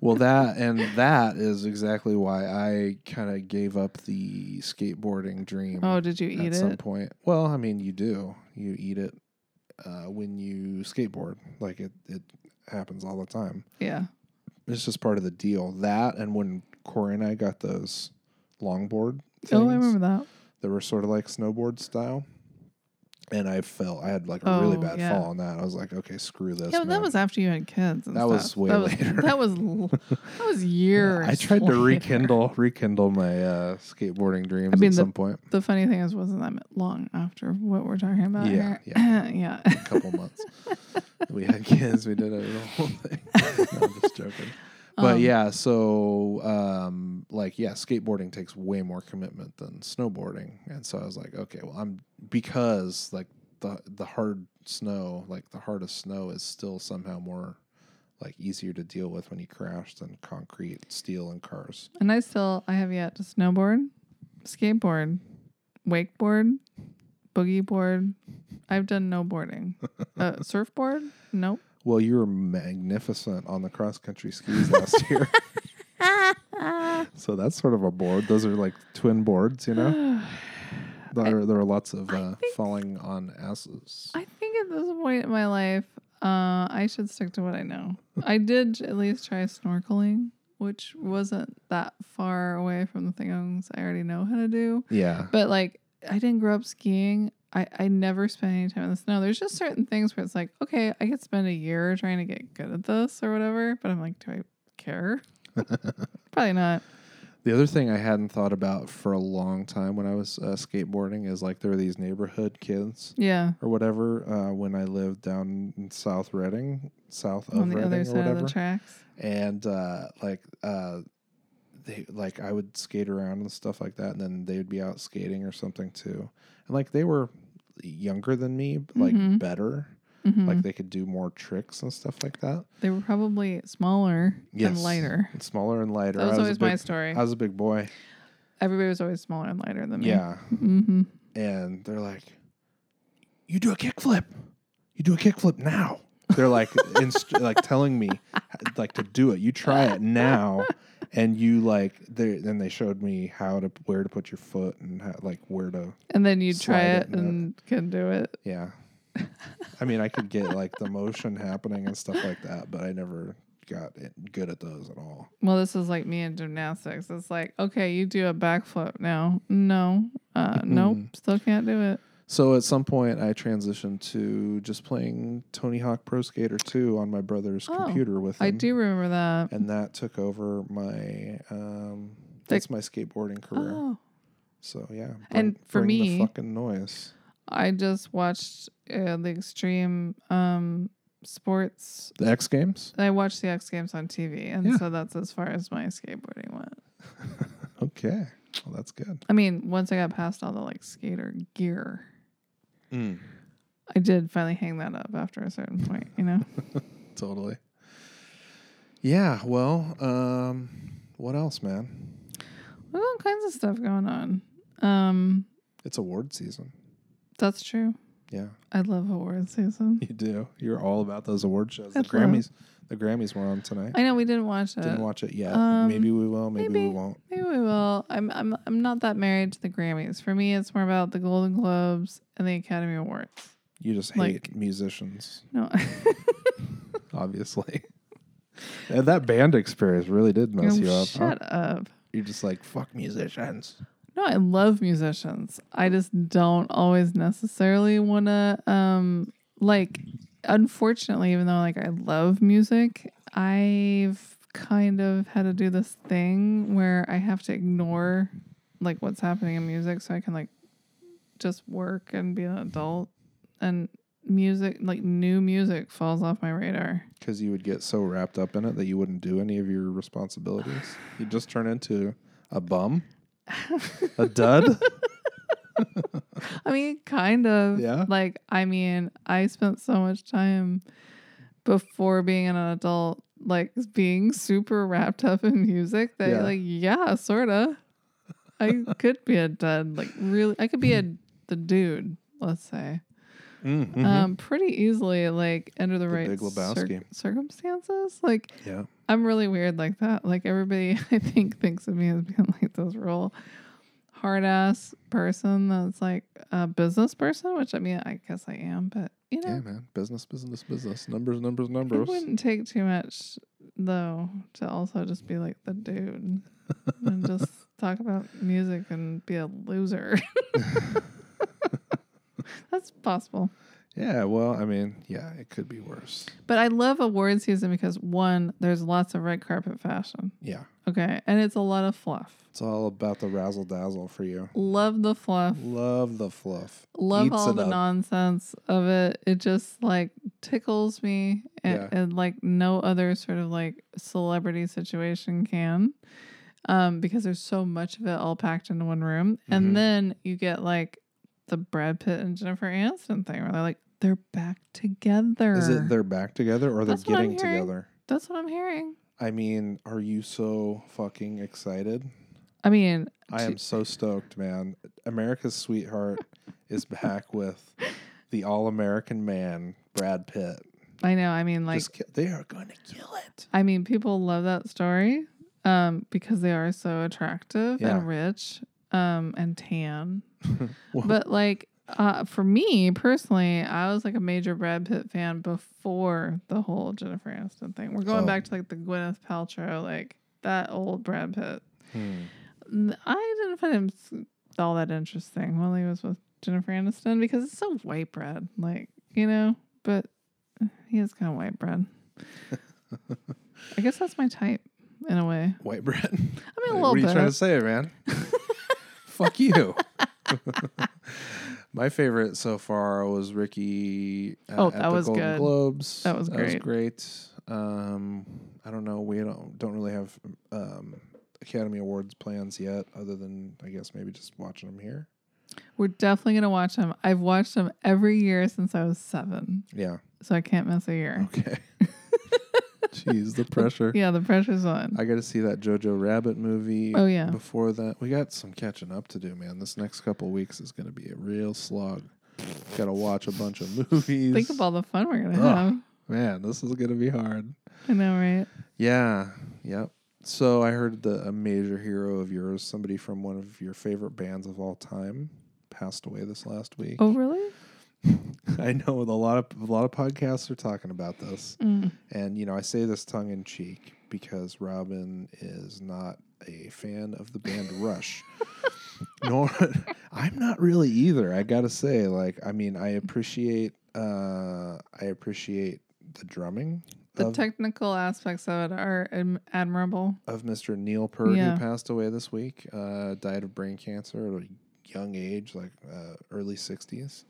well, that and that is exactly why I kind of gave up the skateboarding dream Oh, did you at eat some it? point. Well, I mean, you do. You eat it uh, when you skateboard. Like it, it happens all the time. Yeah. it's just part of the deal. That and when Corey and I got those longboard things Oh, I remember that. that were sort of like snowboard style. And I fell. I had like a really Oh, bad yeah. fall on that. I was like, okay, screw this. yeah, but that man. was after you had kids. And That was stuff. way that was, later. That was l- that was years. I tried to later. rekindle rekindle my uh, skateboarding dreams mean, at the- some point. The funny thing is, wasn't that long after what we're talking about? Yeah, here. yeah, yeah. A couple months. we had kids. We did it the whole thing. No, I'm just joking. But Um, yeah, so um, like yeah, skateboarding takes way more commitment than snowboarding, and so I was like, okay, well, I'm because like the the hard snow, like the hardest snow, is still somehow more like easier to deal with when you crash than concrete, steel, and cars. And I still I have yet to snowboard, skateboard, wakeboard, boogie board. I've done no boarding. Uh, surfboard? Nope. Well, you were magnificent on the cross country skis last year. So that's sort of a board. Those are like twin boards, you know? There, are, there are lots of uh, think- falling on asses. I think at this point in my life, uh, I should stick to what I know. I did at least try snorkeling, which wasn't that far away from the things I already know how to do. yeah. But like, I didn't grow up skiing. I, I never spent any time in the snow. There's just certain things where it's like, okay, I could spend a year trying to get good at this or whatever, but I'm like, do I care? Probably not. The other thing I hadn't thought about for a long time when I was uh, skateboarding is like there are these neighborhood kids Yeah. or whatever uh, when I lived down in South Reading, south of On the Reading other or side whatever. of the tracks. and uh, like uh, they like I would skate around and stuff like that, and then they would be out skating or something too. And like they were younger than me, but, like Mhm. better, Mhm. like they could do more tricks and stuff like that. they were probably smaller Yes. and lighter. And smaller and lighter. That was, I always a my big, story. I was a big boy. Everybody was always smaller and lighter than me. Yeah, Mm-hmm. and they're like, "You do a kickflip. You do a kickflip now." They're like, inst- like telling me, like to do it. You try it now, and you like. They then they showed me how to where to put your foot and how, like where to. And then you try Slide it it in and couldn't do it. Yeah, I mean, I could get like the motion happening and stuff like that, but I never got it, good at those at all. Well, this is like me in gymnastics. It's like, okay, you do a backflip now. No, uh, nope, still can't do it. So at some point, I transitioned to just playing Tony Hawk Pro Skater 2 on my brother's Oh, computer with him. I do remember that. and that took over my um that's my skateboarding career. Oh, So yeah, bring, And for bring me- the fucking noise. I just watched uh, the extreme um, sports. The X Games. I watched the X Games on TV, and Yeah. so that's as far as my skateboarding went. Okay, well that's good. I mean, once I got past all the like skater gear, I did finally hang that up after a certain point, you know? Totally. Yeah. Well, um, what else, man? There's all kinds of stuff going on. Um, It's award season. that's true. Yeah, I love award season. you do. You're all about those award shows. I The Grammys. The Grammys were on tonight. I know we didn't watch it. Didn't watch it yet. um, maybe we will. Maybe, we maybe. won't. Maybe we will. I'm I'm I'm not that married to the Grammys. For me, it's more about the Golden Globes and the Academy Awards. You just hate Like- musicians, No, obviously. and that band experience really did mess Oh, you up. huh? shut up. You're just like fuck musicians. No, I love musicians. I just don't always necessarily want to um like unfortunately even though like I love music, I've kind of had to do this thing where I have to ignore like what's happening in music so I can like just work and be an adult and music like new music falls off my radar. Because you would get so wrapped up in it that you wouldn't do any of your responsibilities. You just turn into a bum, a dud. I mean, kind of. Yeah? Like, I mean, I spent so much time before being an adult, like being super wrapped up in music that, Yeah. like, yeah, sorta. I could be a dud. Like, really, I could be a the dude. Let's say, Mhm. um, pretty easily, like under the, right Big cir- Lebowski. circumstances. Like, yeah, I'm really weird like that. Like everybody, I think, thinks of me as being like this real hard ass person that's like a business person, which I mean, I guess I am, but you yeah, know, man. Business, business, business. Numbers, numbers, it numbers. wouldn't take too much though to also just be like the dude and just talk about music and be a loser. that's possible. Yeah. Well, I mean, yeah, it could be worse. But I love award season because one, there's lots of red carpet fashion. Yeah, Okay. And it's a lot of fluff. it's all about the razzle dazzle for you. Love the fluff. Love the fluff. love Eats all it the up. nonsense of it. It just like tickles me and, Yeah. and like no other sort of like celebrity situation can. Um, because there's so much of it all packed into one room. Mhm. And then you get like the Brad Pitt and Jennifer Aniston thing where they're like, they're back together. Is it they're back together or they're That's what I'm getting hearing. together? That's what I'm hearing. I mean, are you so fucking excited? I mean, I am so stoked, man. America's sweetheart is back with the all American man, Brad Pitt. I know. I mean, like, Just ki- they are going to kill it. I mean, people love that story um, because they are so attractive Yeah. and rich um, and tan. Well, But like uh, for me personally, I was like a major Brad Pitt fan before the whole Jennifer Aniston thing. We're going Oh. back to like the Gwyneth Paltrow, like that old Brad Pitt. hmm. N- I didn't find him s- all that interesting while he was with Jennifer Aniston because it's so white bread, like you know. But he is kind of white bread. I guess that's my type in a way. White bread. I mean, a little what are you bit. trying to say, man? Fuck you. My favorite so far was Ricky. Uh, Oh, at that the was Golden good. Globes. That was great. great. Um, I don't know. We don't don't really have um, Academy Awards plans yet, other than I guess maybe just watching them here. We're definitely gonna watch him. I've watched him every year since I was seven, Yeah. so I can't miss a year. Okay. Jeez, the pressure. Yeah, the pressure's on. I got to see that Jojo Rabbit movie. Oh, yeah. Before that, we got some catching up to do, man. This next couple weeks is going to be a real slog. got to watch a bunch of movies. Think of all the fun we're gonna Ugh. man, this is going to be hard. have. I know, right? Yeah. Yep. So I heard that a major hero of yours, somebody from one of your favorite bands of all time, passed away this last week. Oh, really? I know a lot of a lot of podcasts are talking about this. Mm. And you know, I say this tongue in cheek because Robin is not a fan of the band Rush. Nor I'm not really either. I gotta say, like, I mean, I appreciate uh, I appreciate the drumming The of, technical aspects of it are adm- admirable. of Mr. Neil Peart, Yeah. who passed away this week, uh, died of brain cancer at a young age, like uh, early 60s,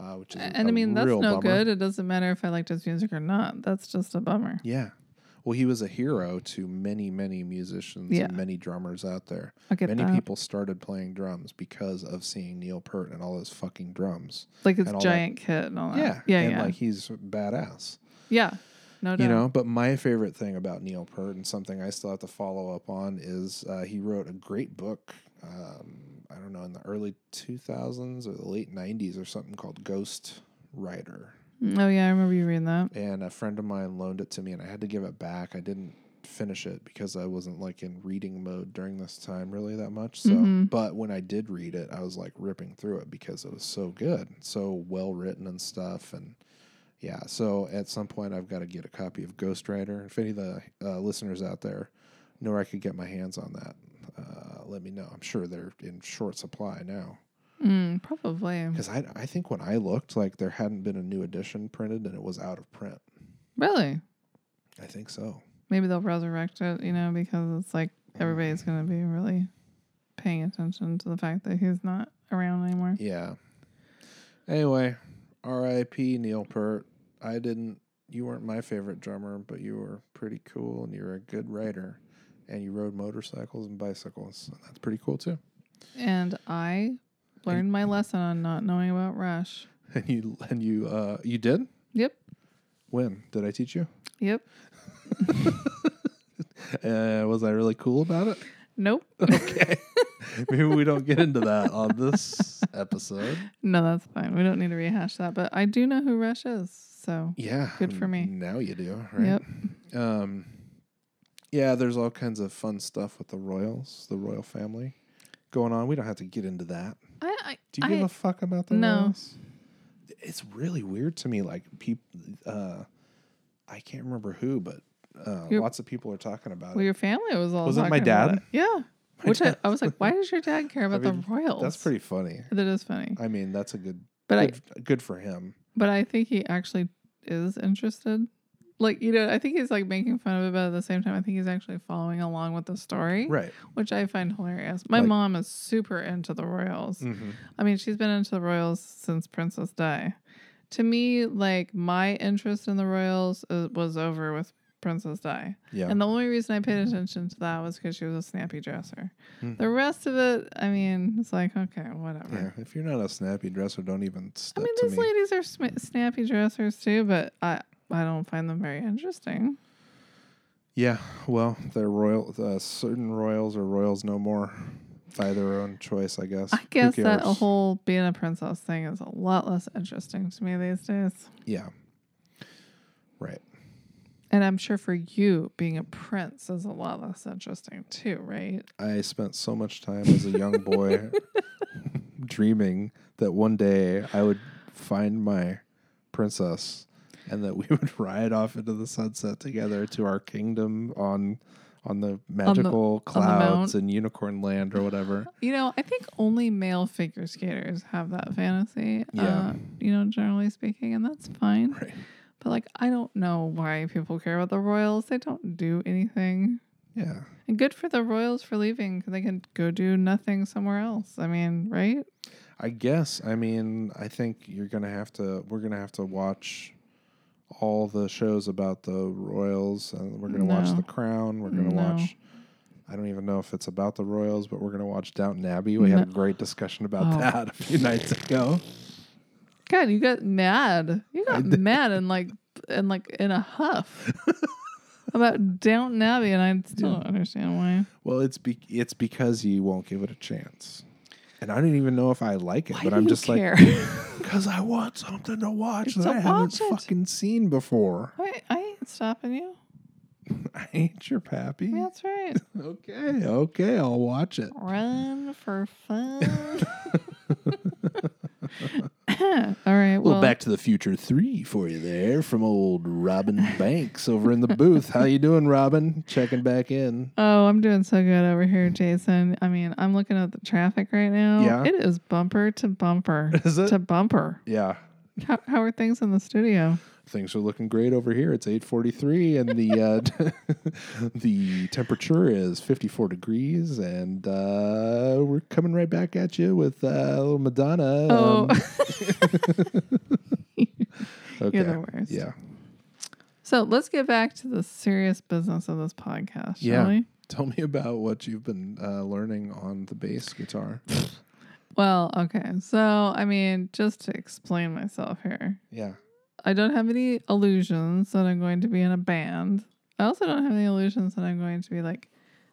uh, which is a- And a I mean, that's real no bummer. good. It doesn't matter if I liked his music or not. That's just a bummer. Yeah. Well, he was a hero to many, many musicians Yeah. and many drummers out there. I get many that. people started playing drums because of seeing Neil Peart and all his fucking drums. like it's and all that- giant kit and all that. Yeah. yeah, And yeah, like he's badass. yeah. No doubt. You know, but my favorite thing about Neil Peart and something I still have to follow up on is uh, he wrote a great book. Um, I don't know in the early 2000s or the late 90s or something called Ghost Rider. Oh yeah, I remember you reading that. and a friend of mine loaned it to me and I had to give it back. I didn't finish it because I wasn't like in reading mode during this time really that much. So, Mhm. but when I did read it, I was like ripping through it because it was so good, so well written and stuff and yeah, so at some point I've got to get a copy of Ghost Rider. If any of the uh, listeners out there know where I could get my hands on that, uh, let me know. I'm sure they're in short supply now. Mm, probably. Because I, I think when I looked, like there hadn't been a new edition printed and it was out of print. Really? I think so. Maybe they'll resurrect it. You know, because it's like everybody's gonna be really paying attention to the fact that he's not around anymore. Yeah. Anyway, R.I.P. Neil Peart. I didn't. You weren't my favorite drummer, but you were pretty cool, and you were a good writer, and you rode motorcycles and bicycles. And that's pretty cool too. And I learned my lesson on not knowing about Rush. And you and you uh you did. Yep. When did I teach you? Yep. Uh, was I really cool about it? Nope. Okay. Maybe we don't get into that on this episode. no, that's fine. We don't need to rehash that. But I do know who Rush is. So Yeah. Good for me. Now you do, right? Yep. Um, yeah, there's all kinds of fun stuff with the Royals, the royal family going on. We don't have to get into that. I, I Do you give I- a fuck about the No. Royals? It's really weird to me. Like people, uh, I can't remember who, but uh, Your- lots of people are talking about Well, it. your family was all. uh, Was it my talking about dad? it. Yeah. My Which dad- I, I was like, why does your dad care about mean, the Royals? That's pretty Uh, funny. That is funny. I mean, that's a good, But I good, good for him. but I think he actually is interested. Like you know, I think he's like making fun of it, but at the same time, I think he's actually following along with the story, Right. which I find hilarious. My Like- mom is super into the Royals. Mm-hmm. I mean, she's been into the Royals since Princess Di. To me, like my interest in the Royals uh, was over with Princess Di. Yeah. And the only reason I paid attention to that was because she was a snappy dresser. Mhm. The rest of it, I mean, it's like, okay, whatever. yeah. If you're not a snappy dresser, don't even I step mean, to these me. ladies are sm- snappy dressers too, but I, I don't find them very interesting. Yeah, well, they're royal. Uh, certain royals are royals no more by their own choice, I guess. I Who guess that cares? whole being a princess thing is a lot less interesting to me these days. Yeah. Right. And I'm sure for you, being a prince is a lot less interesting too, right? I spent so much time as a young boy dreaming that one day I would find my princess and that we would ride off into the sunset together to our kingdom on on the magical clouds mount. and unicorn land or whatever. You know, I think only male figure skaters have that fantasy. Yeah. Uh, you know, generally speaking, and that's fine. Right. But like, I don't know why people care about the royals. They don't do anything. Yeah. And good for the royals for leaving because they can go do nothing somewhere else. I mean, right? I guess. I mean, I think you're gonna have to. We're gonna have to watch all the shows about the royals, and we're gonna watch No. The Crown. We're gonna No. watch. I don't even know if it's about the royals, but we're gonna watch Downton Abbey. We had a great discussion about Oh. that a few nights ago. God, you got mad. You I got did. mad and like and like in a huff about Downton Abbey, and I still don't understand why. Well, it's be, it's because you won't give it a chance, and I don't even know if I like it. Why but do I'm you just care? like because I want something to watch It's that to I haven't watch it. fucking seen before. I, I ain't stopping you. I ain't your pappy. Yeah, that's right. Okay, okay, I'll watch it. Run for fun. All right. little Well, Back to the Future Three for you there from old Robin Banks over in the booth. How you doing, Robin? Checking back in. Oh, I'm doing so good over here, Jason. I mean, I'm looking at the traffic right now. Yeah? It is bumper to bumper. Is it? To bumper. Yeah, How, how are things in the Um, studio? things are looking great over here. It's eight forty three, and the uh, the temperature is fifty four degrees, and uh, we're coming right back at you with uh, little Madonna. Oh, um, okay. you're the worst. Yeah, So let's get back to the serious business of this podcast, shall Yeah. we? tell me about what you've been uh, learning on the bass guitar. Well, okay. So, I mean, just to explain myself here, yeah, I don't have any illusions that I'm going to be in a band. I also don't have any illusions that I'm going to be like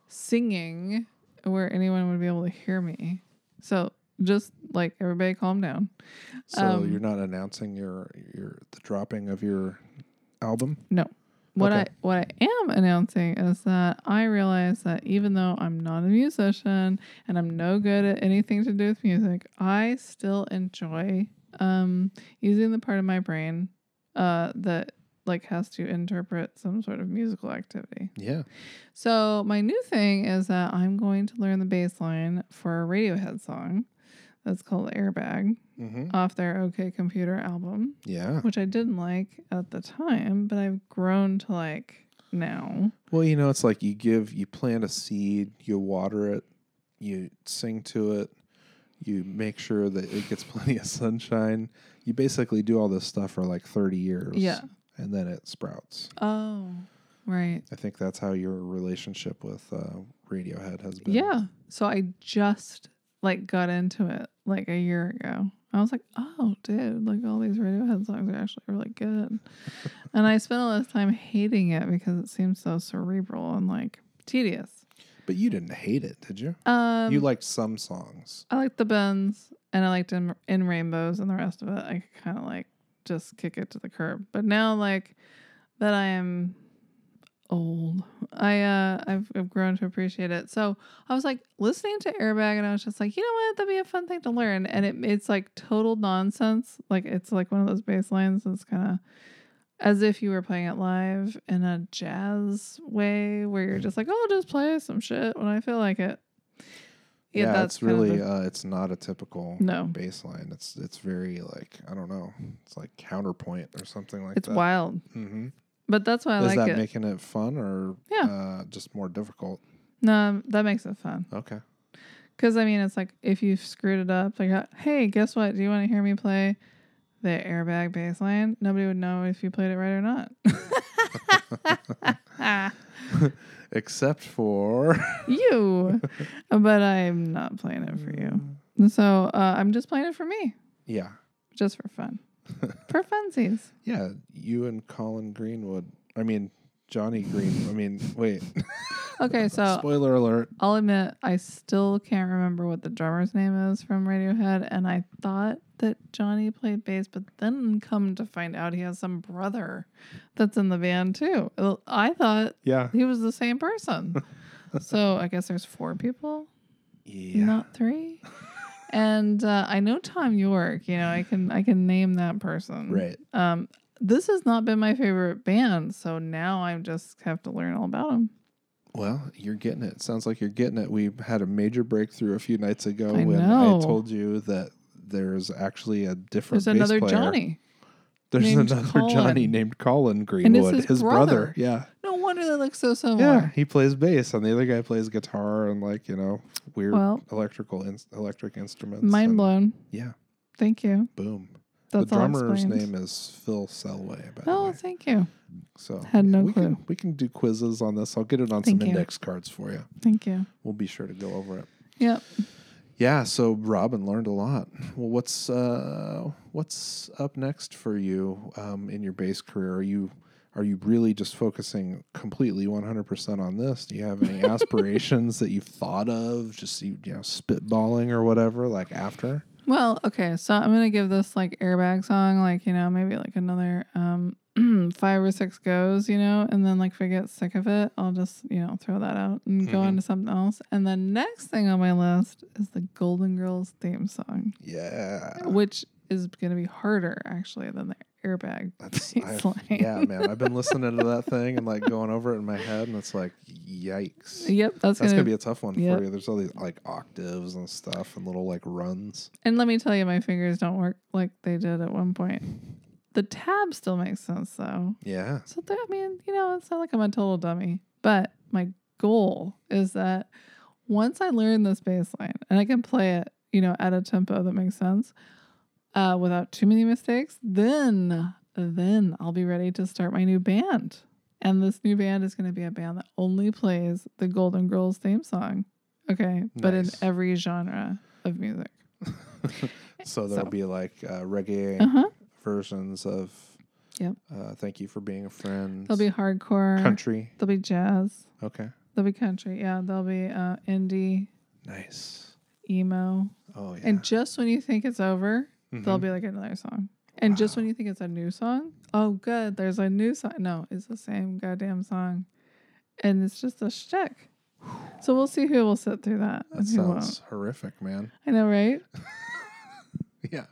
singing where anyone would be able to hear me. So just like everybody calm down. so Um, you're not announcing your your the dropping of your album. What Okay. I what I am announcing is that I realize that even though I'm not a musician and I'm no good at anything to do with music, I still enjoy um, using the part of my brain uh, that like has to interpret some sort of musical activity. Yeah. So my new thing is that I'm going to learn the bass line for a Radiohead song that's called Airbag Mm-hmm. off their OK Computer album, Yeah. which I didn't like at the time, but I've grown to like now. Well, you know, it's like you give, you plant a seed, you water it, you sing to it, you make sure that it gets plenty of sunshine. You basically do all this stuff for like 30 years. Yeah. And then it sprouts. Oh, right. I think that's how your relationship with uh, Radiohead has been. Yeah. So I just like got into it like a year ago. I was like, oh, dude, like all these Radiohead songs are actually really good. and I spent a lot of time hating it because it seems so cerebral and like tedious. But you didn't hate it, did you? Um, you liked some songs. I liked the bends and I liked in, in rainbows and the rest of it. I could kind of like just kick it to the curb. But now, like that, I am old. I uh, I've, I've grown to appreciate it. So I was like listening to Airbag and I was just like, you know what, that'd be a fun thing to learn. And it it's like total nonsense. Like it's like one of those bass lines that's kind of as if you were playing it live in a jazz way where you're just like, oh, just play some shit when I feel like it. Yeah, that's it's kind of really, the- uh, it's not a typical no. bass line. It's, it's very like, I don't know, it's like counterpoint or something like it's that. wild. hmm But that's why I Is like that it. making it fun or Yeah. uh, just more difficult? no, that makes it fun. Okay. Because I mean, it's like if you screwed it up, like, hey, guess what? Do you want to hear me play the airbag bass line? Nobody would know if you played it right or not. Except for you, but I'm not playing it for you. So uh, I'm just playing it for me, yeah, just for fun, for funsies. yeah. You and Colin Greenwood. I mean, Johnny Green. I mean, wait. Okay, so Spoiler alert. I'll admit I still can't remember what the drummer's name is from Radiohead, and I thought that Johnny played bass, but then come to find out he has some brother that's in the band too. Well, I thought Yeah. he was the same person. so I guess there's four people, Yeah. not three. And uh, I know Tom York. You know, I can I can name that person. Right. Um, this has not been my favorite band, so now I just have to learn all about them. Well, you're getting it. Sounds like you're getting it. We had a major breakthrough a few nights ago I when know. I told you that there's actually a different There's bass another player. Johnny. There's named another Colin. Johnny named Colin Greenwood, his brother. Oh, Yeah. No wonder they look so similar. Yeah, he plays bass and the other guy plays guitar and like, you know, weird Well- electrical in- electric instruments. Mind and- blown. Yeah, Thank you. boom. That's the all drummer's explained. name is Phil Selway, by the Oh, way. thank you. So had no we Can, clue. we can do quizzes on this. I'll get it on Thank some you. index cards for you. Thank you. We'll be sure to go over it. Yep. Yeah, so Robin learned a lot. Well, what's uh, what's up next for you um, in your bass career? Are you are you really just focusing completely 100% on this? Do you have any aspirations that you've thought of, just you, you know, spitballing or whatever like after? Well, okay. So I'm gonna give this like airbag song, like you know, maybe like another um five or six goes, you know, and then like if I get sick of it, I'll just you know throw that out and go Mhm. on to something else. And the next thing on my list is the Golden Girls theme song, Yeah. which is gonna be harder actually than the airbag. That's, bass I've- line. yeah, man. I've been listening to that thing and like going over it in my head, and it's like, yikes. Yep, that's, That's gonna, gonna be a tough one yep. for you. There's all these like octaves and stuff and little like runs. And let me tell you, my fingers don't work like they did at one point. The tab still makes sense though. Yeah. So that, I mean, you know, it's not like I'm a total dummy. But my goal is that once I learn this bass line and I can play it, you know, at a tempo that makes sense, uh, without too many mistakes, then then I'll be ready to start my new band. And this new band is going to be a band that only plays the Golden Girls theme song. Okay, but in Nice. every genre of music. So there'll So- be like uh, reggae Uh huh. versions of. Yep. Uh, thank you for being a friend. There'll be hardcore. country. There'll be jazz. Okay. There'll be country. Yeah. There'll be uh, indie, Nice. emo. Oh yeah. And just when you think it's over, there'll Mhm. be like another song. And just when you think it's a new song, oh, good, there's a new song. No, it's the same goddamn song. And it's just a shtick. So we'll see who will sit through that that and who sounds won't. horrific, man. I know, right? Yeah.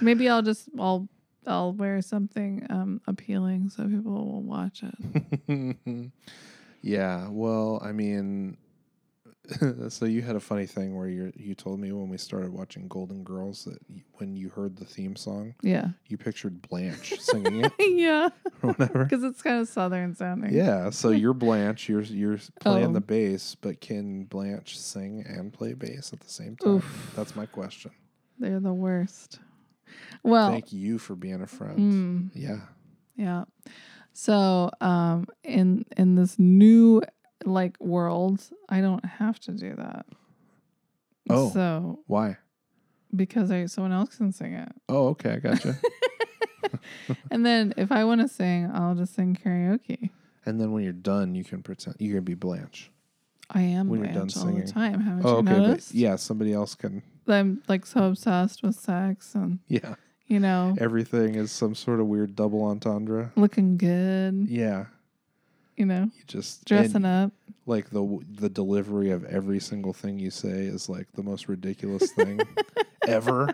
Maybe I'll just I'll I'll wear something um appealing so people will watch it. yeah. Well, I mean, so you had a funny thing where you you told me when we started watching Golden Girls that y when you heard the theme song, Yeah. you pictured Blanche singing it yeah. or whatever. Because it's kind of southern sounding. Yeah, so you're Blanche, you're you're playing Oh. the bass, but can Blanche sing and play bass at the same time? Oof. That's my question. They're the worst. Well, Thank you for being a friend. mm, Yeah. yeah. So, um, in in this new like world, I don't have to do that. Oh. So Why? because I someone else can sing it, Oh, okay, I gotcha. and then if I want to sing, I'll just sing karaoke. and then when you're done, you can pretend you can be Blanche. I am When you're Blanche done all the singing. time. Haven't oh, you okay, noticed? but yeah, somebody else can. I'm like so obsessed with sex and Yeah, you know everything is some sort of weird double entendre. looking good. Yeah, You know you just dressing and, up. Like the the delivery of every single thing you say is like the most ridiculous thing ever.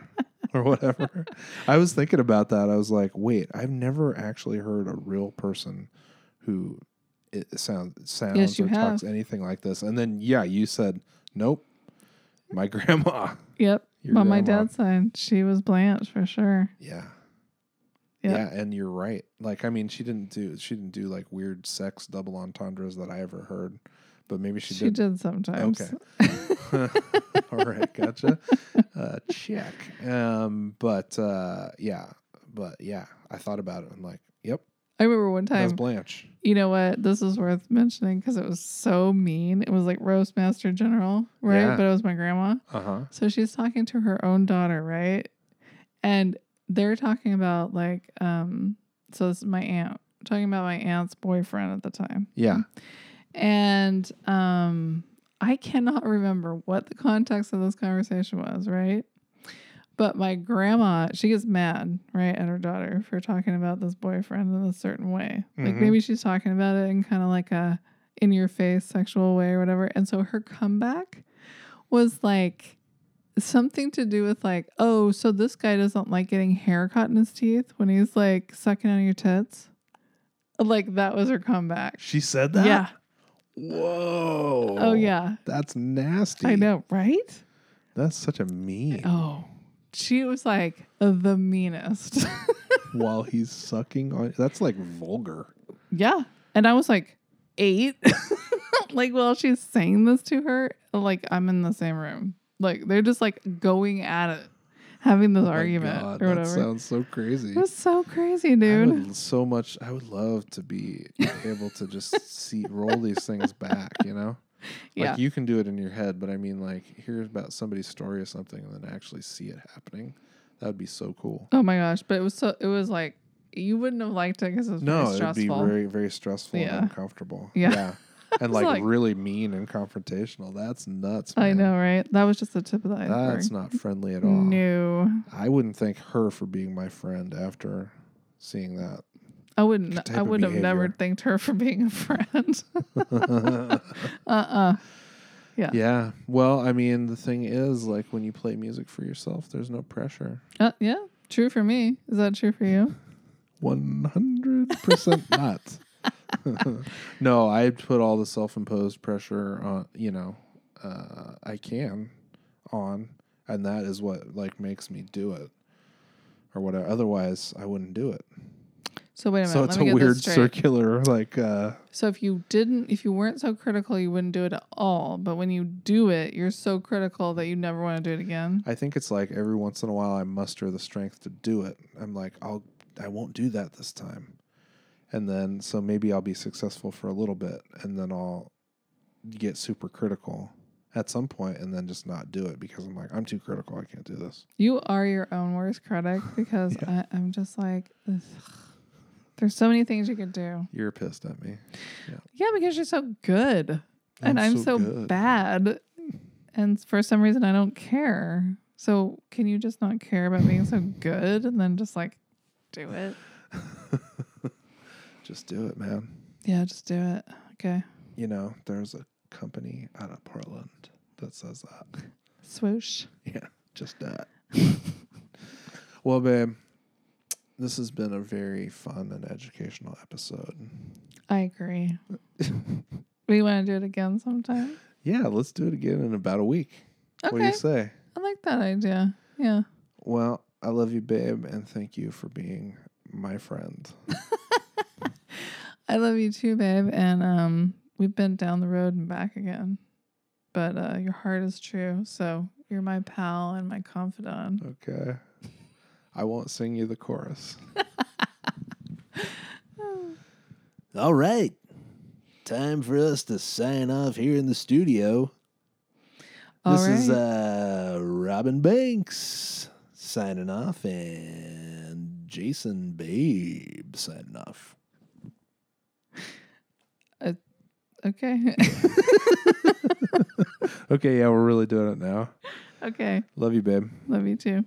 Or whatever. I was thinking about that. I was like, wait, I've never actually heard a real person who it sounds sounds Yes, you or talks have. anything like this. And then yeah, you said, Nope. My grandma. Yep. Your On my grandma. dad's side, she was Blanche for sure. Yeah. Yeah. Yeah, and you're right. Like, I mean, she didn't do she didn't do like weird sex double entendres that I ever heard, but maybe she, She, did. did. sometimes. Okay. All right, gotcha. Uh, check. Um, but uh, yeah, but yeah, I thought about it. I'm like, yep, I remember one that's time, Blanche. you know what? This is worth mentioning because it was so mean. It was like roast master general, right? Yeah. But it was my grandma. Uh huh. So she's talking to her own daughter, right? And they're talking about like, um, so this is my aunt. talking about my aunt's boyfriend at the time. Yeah. And um, I cannot remember what the context of this conversation was, right? But my grandma, she gets mad, right, at her daughter for talking about this boyfriend in a certain way. Like Mhm. maybe she's talking about it in kind of like a in your face sexual way or whatever. And so her comeback was like something to do with like, oh, so this guy doesn't like getting hair caught in his teeth when he's like sucking on your tits. Like that was her comeback. She said that? Yeah. Whoa. Oh yeah. That's nasty. I know, right? That's such a meme. Oh. She was like the meanest. While he's sucking on that's like vulgar. yeah. And I was like, eight. like while she's saying this to her, like I'm in the same room. Like they're just like going at it, having this Oh My argument God, or that whatever. sounds so crazy. it was so crazy, I dude. would so much I would love to be able to just see roll these things back, you know? yeah. Like you can do it in your head, but I mean like hear about somebody's story or something and then actually see it happening. That would be so cool. oh my gosh. But it was so it was like you wouldn't have liked it because it was No, very it'd be stressful. very very stressful Yeah. and uncomfortable. Yeah. And was like, like- really mean and confrontational. That's nuts. Man. I know, right? That was just the tip of the iceberg. That's not friendly at all. no. I wouldn't thank her for being my friend after seeing that. I wouldn't. type I of would have never behavior. thanked her for being a friend. uh uh yeah. Well, I mean, the thing is, like, when you play music for yourself, there's no pressure. Uh, yeah. True for me. Is that true for you? 100% not. no, I put all the self imposed pressure on, you know, uh, I can on, and that is what, like, makes me do it or whatever. Otherwise, I wouldn't do it. So wait a minute. So it's a let me get weird this straight. circular, like, uh, So if you didn't, if you weren't so critical, you wouldn't do it at all. But when you do it, you're so critical that you never want to do it again. I think it's like every once in a while I muster the strength to do it. I'm like, I'll I won't do that this time. And then so maybe I'll be successful for a little bit and then I'll get super critical at some point and then just not do it because I'm like, I'm too critical, I can't do this. You are your own worst critic because Yeah. I, I'm just like, ugh. there's so many things you could do. You're pissed at me. Yeah, because you're so good, and I'm so, good. bad, and for some reason I don't care. So can you just not care about being so good and then just like do it? Just do it, man. Yeah, just do it. Okay. You know, there's a company out of Portland that says that. Swoosh. Yeah, just that. well, babe, this has been a very fun and educational episode. I agree. we want to do it again sometime. Yeah, let's do it again in about a week. What do Okay. you say? I like that idea. Yeah. Well, I love you, babe, and thank you for being my friend. I love you too, babe. And um we've been down the road and back again. But uh your heart is true. So you're my pal and my confidant. Okay. I won't sing you the chorus. All right. Time for us to sign off here in the studio. All this is right. uh, Robin Banks signing off and Jason Babe signing off. okay. Okay, yeah, we're really doing it now. okay. Love you, babe. Love you too.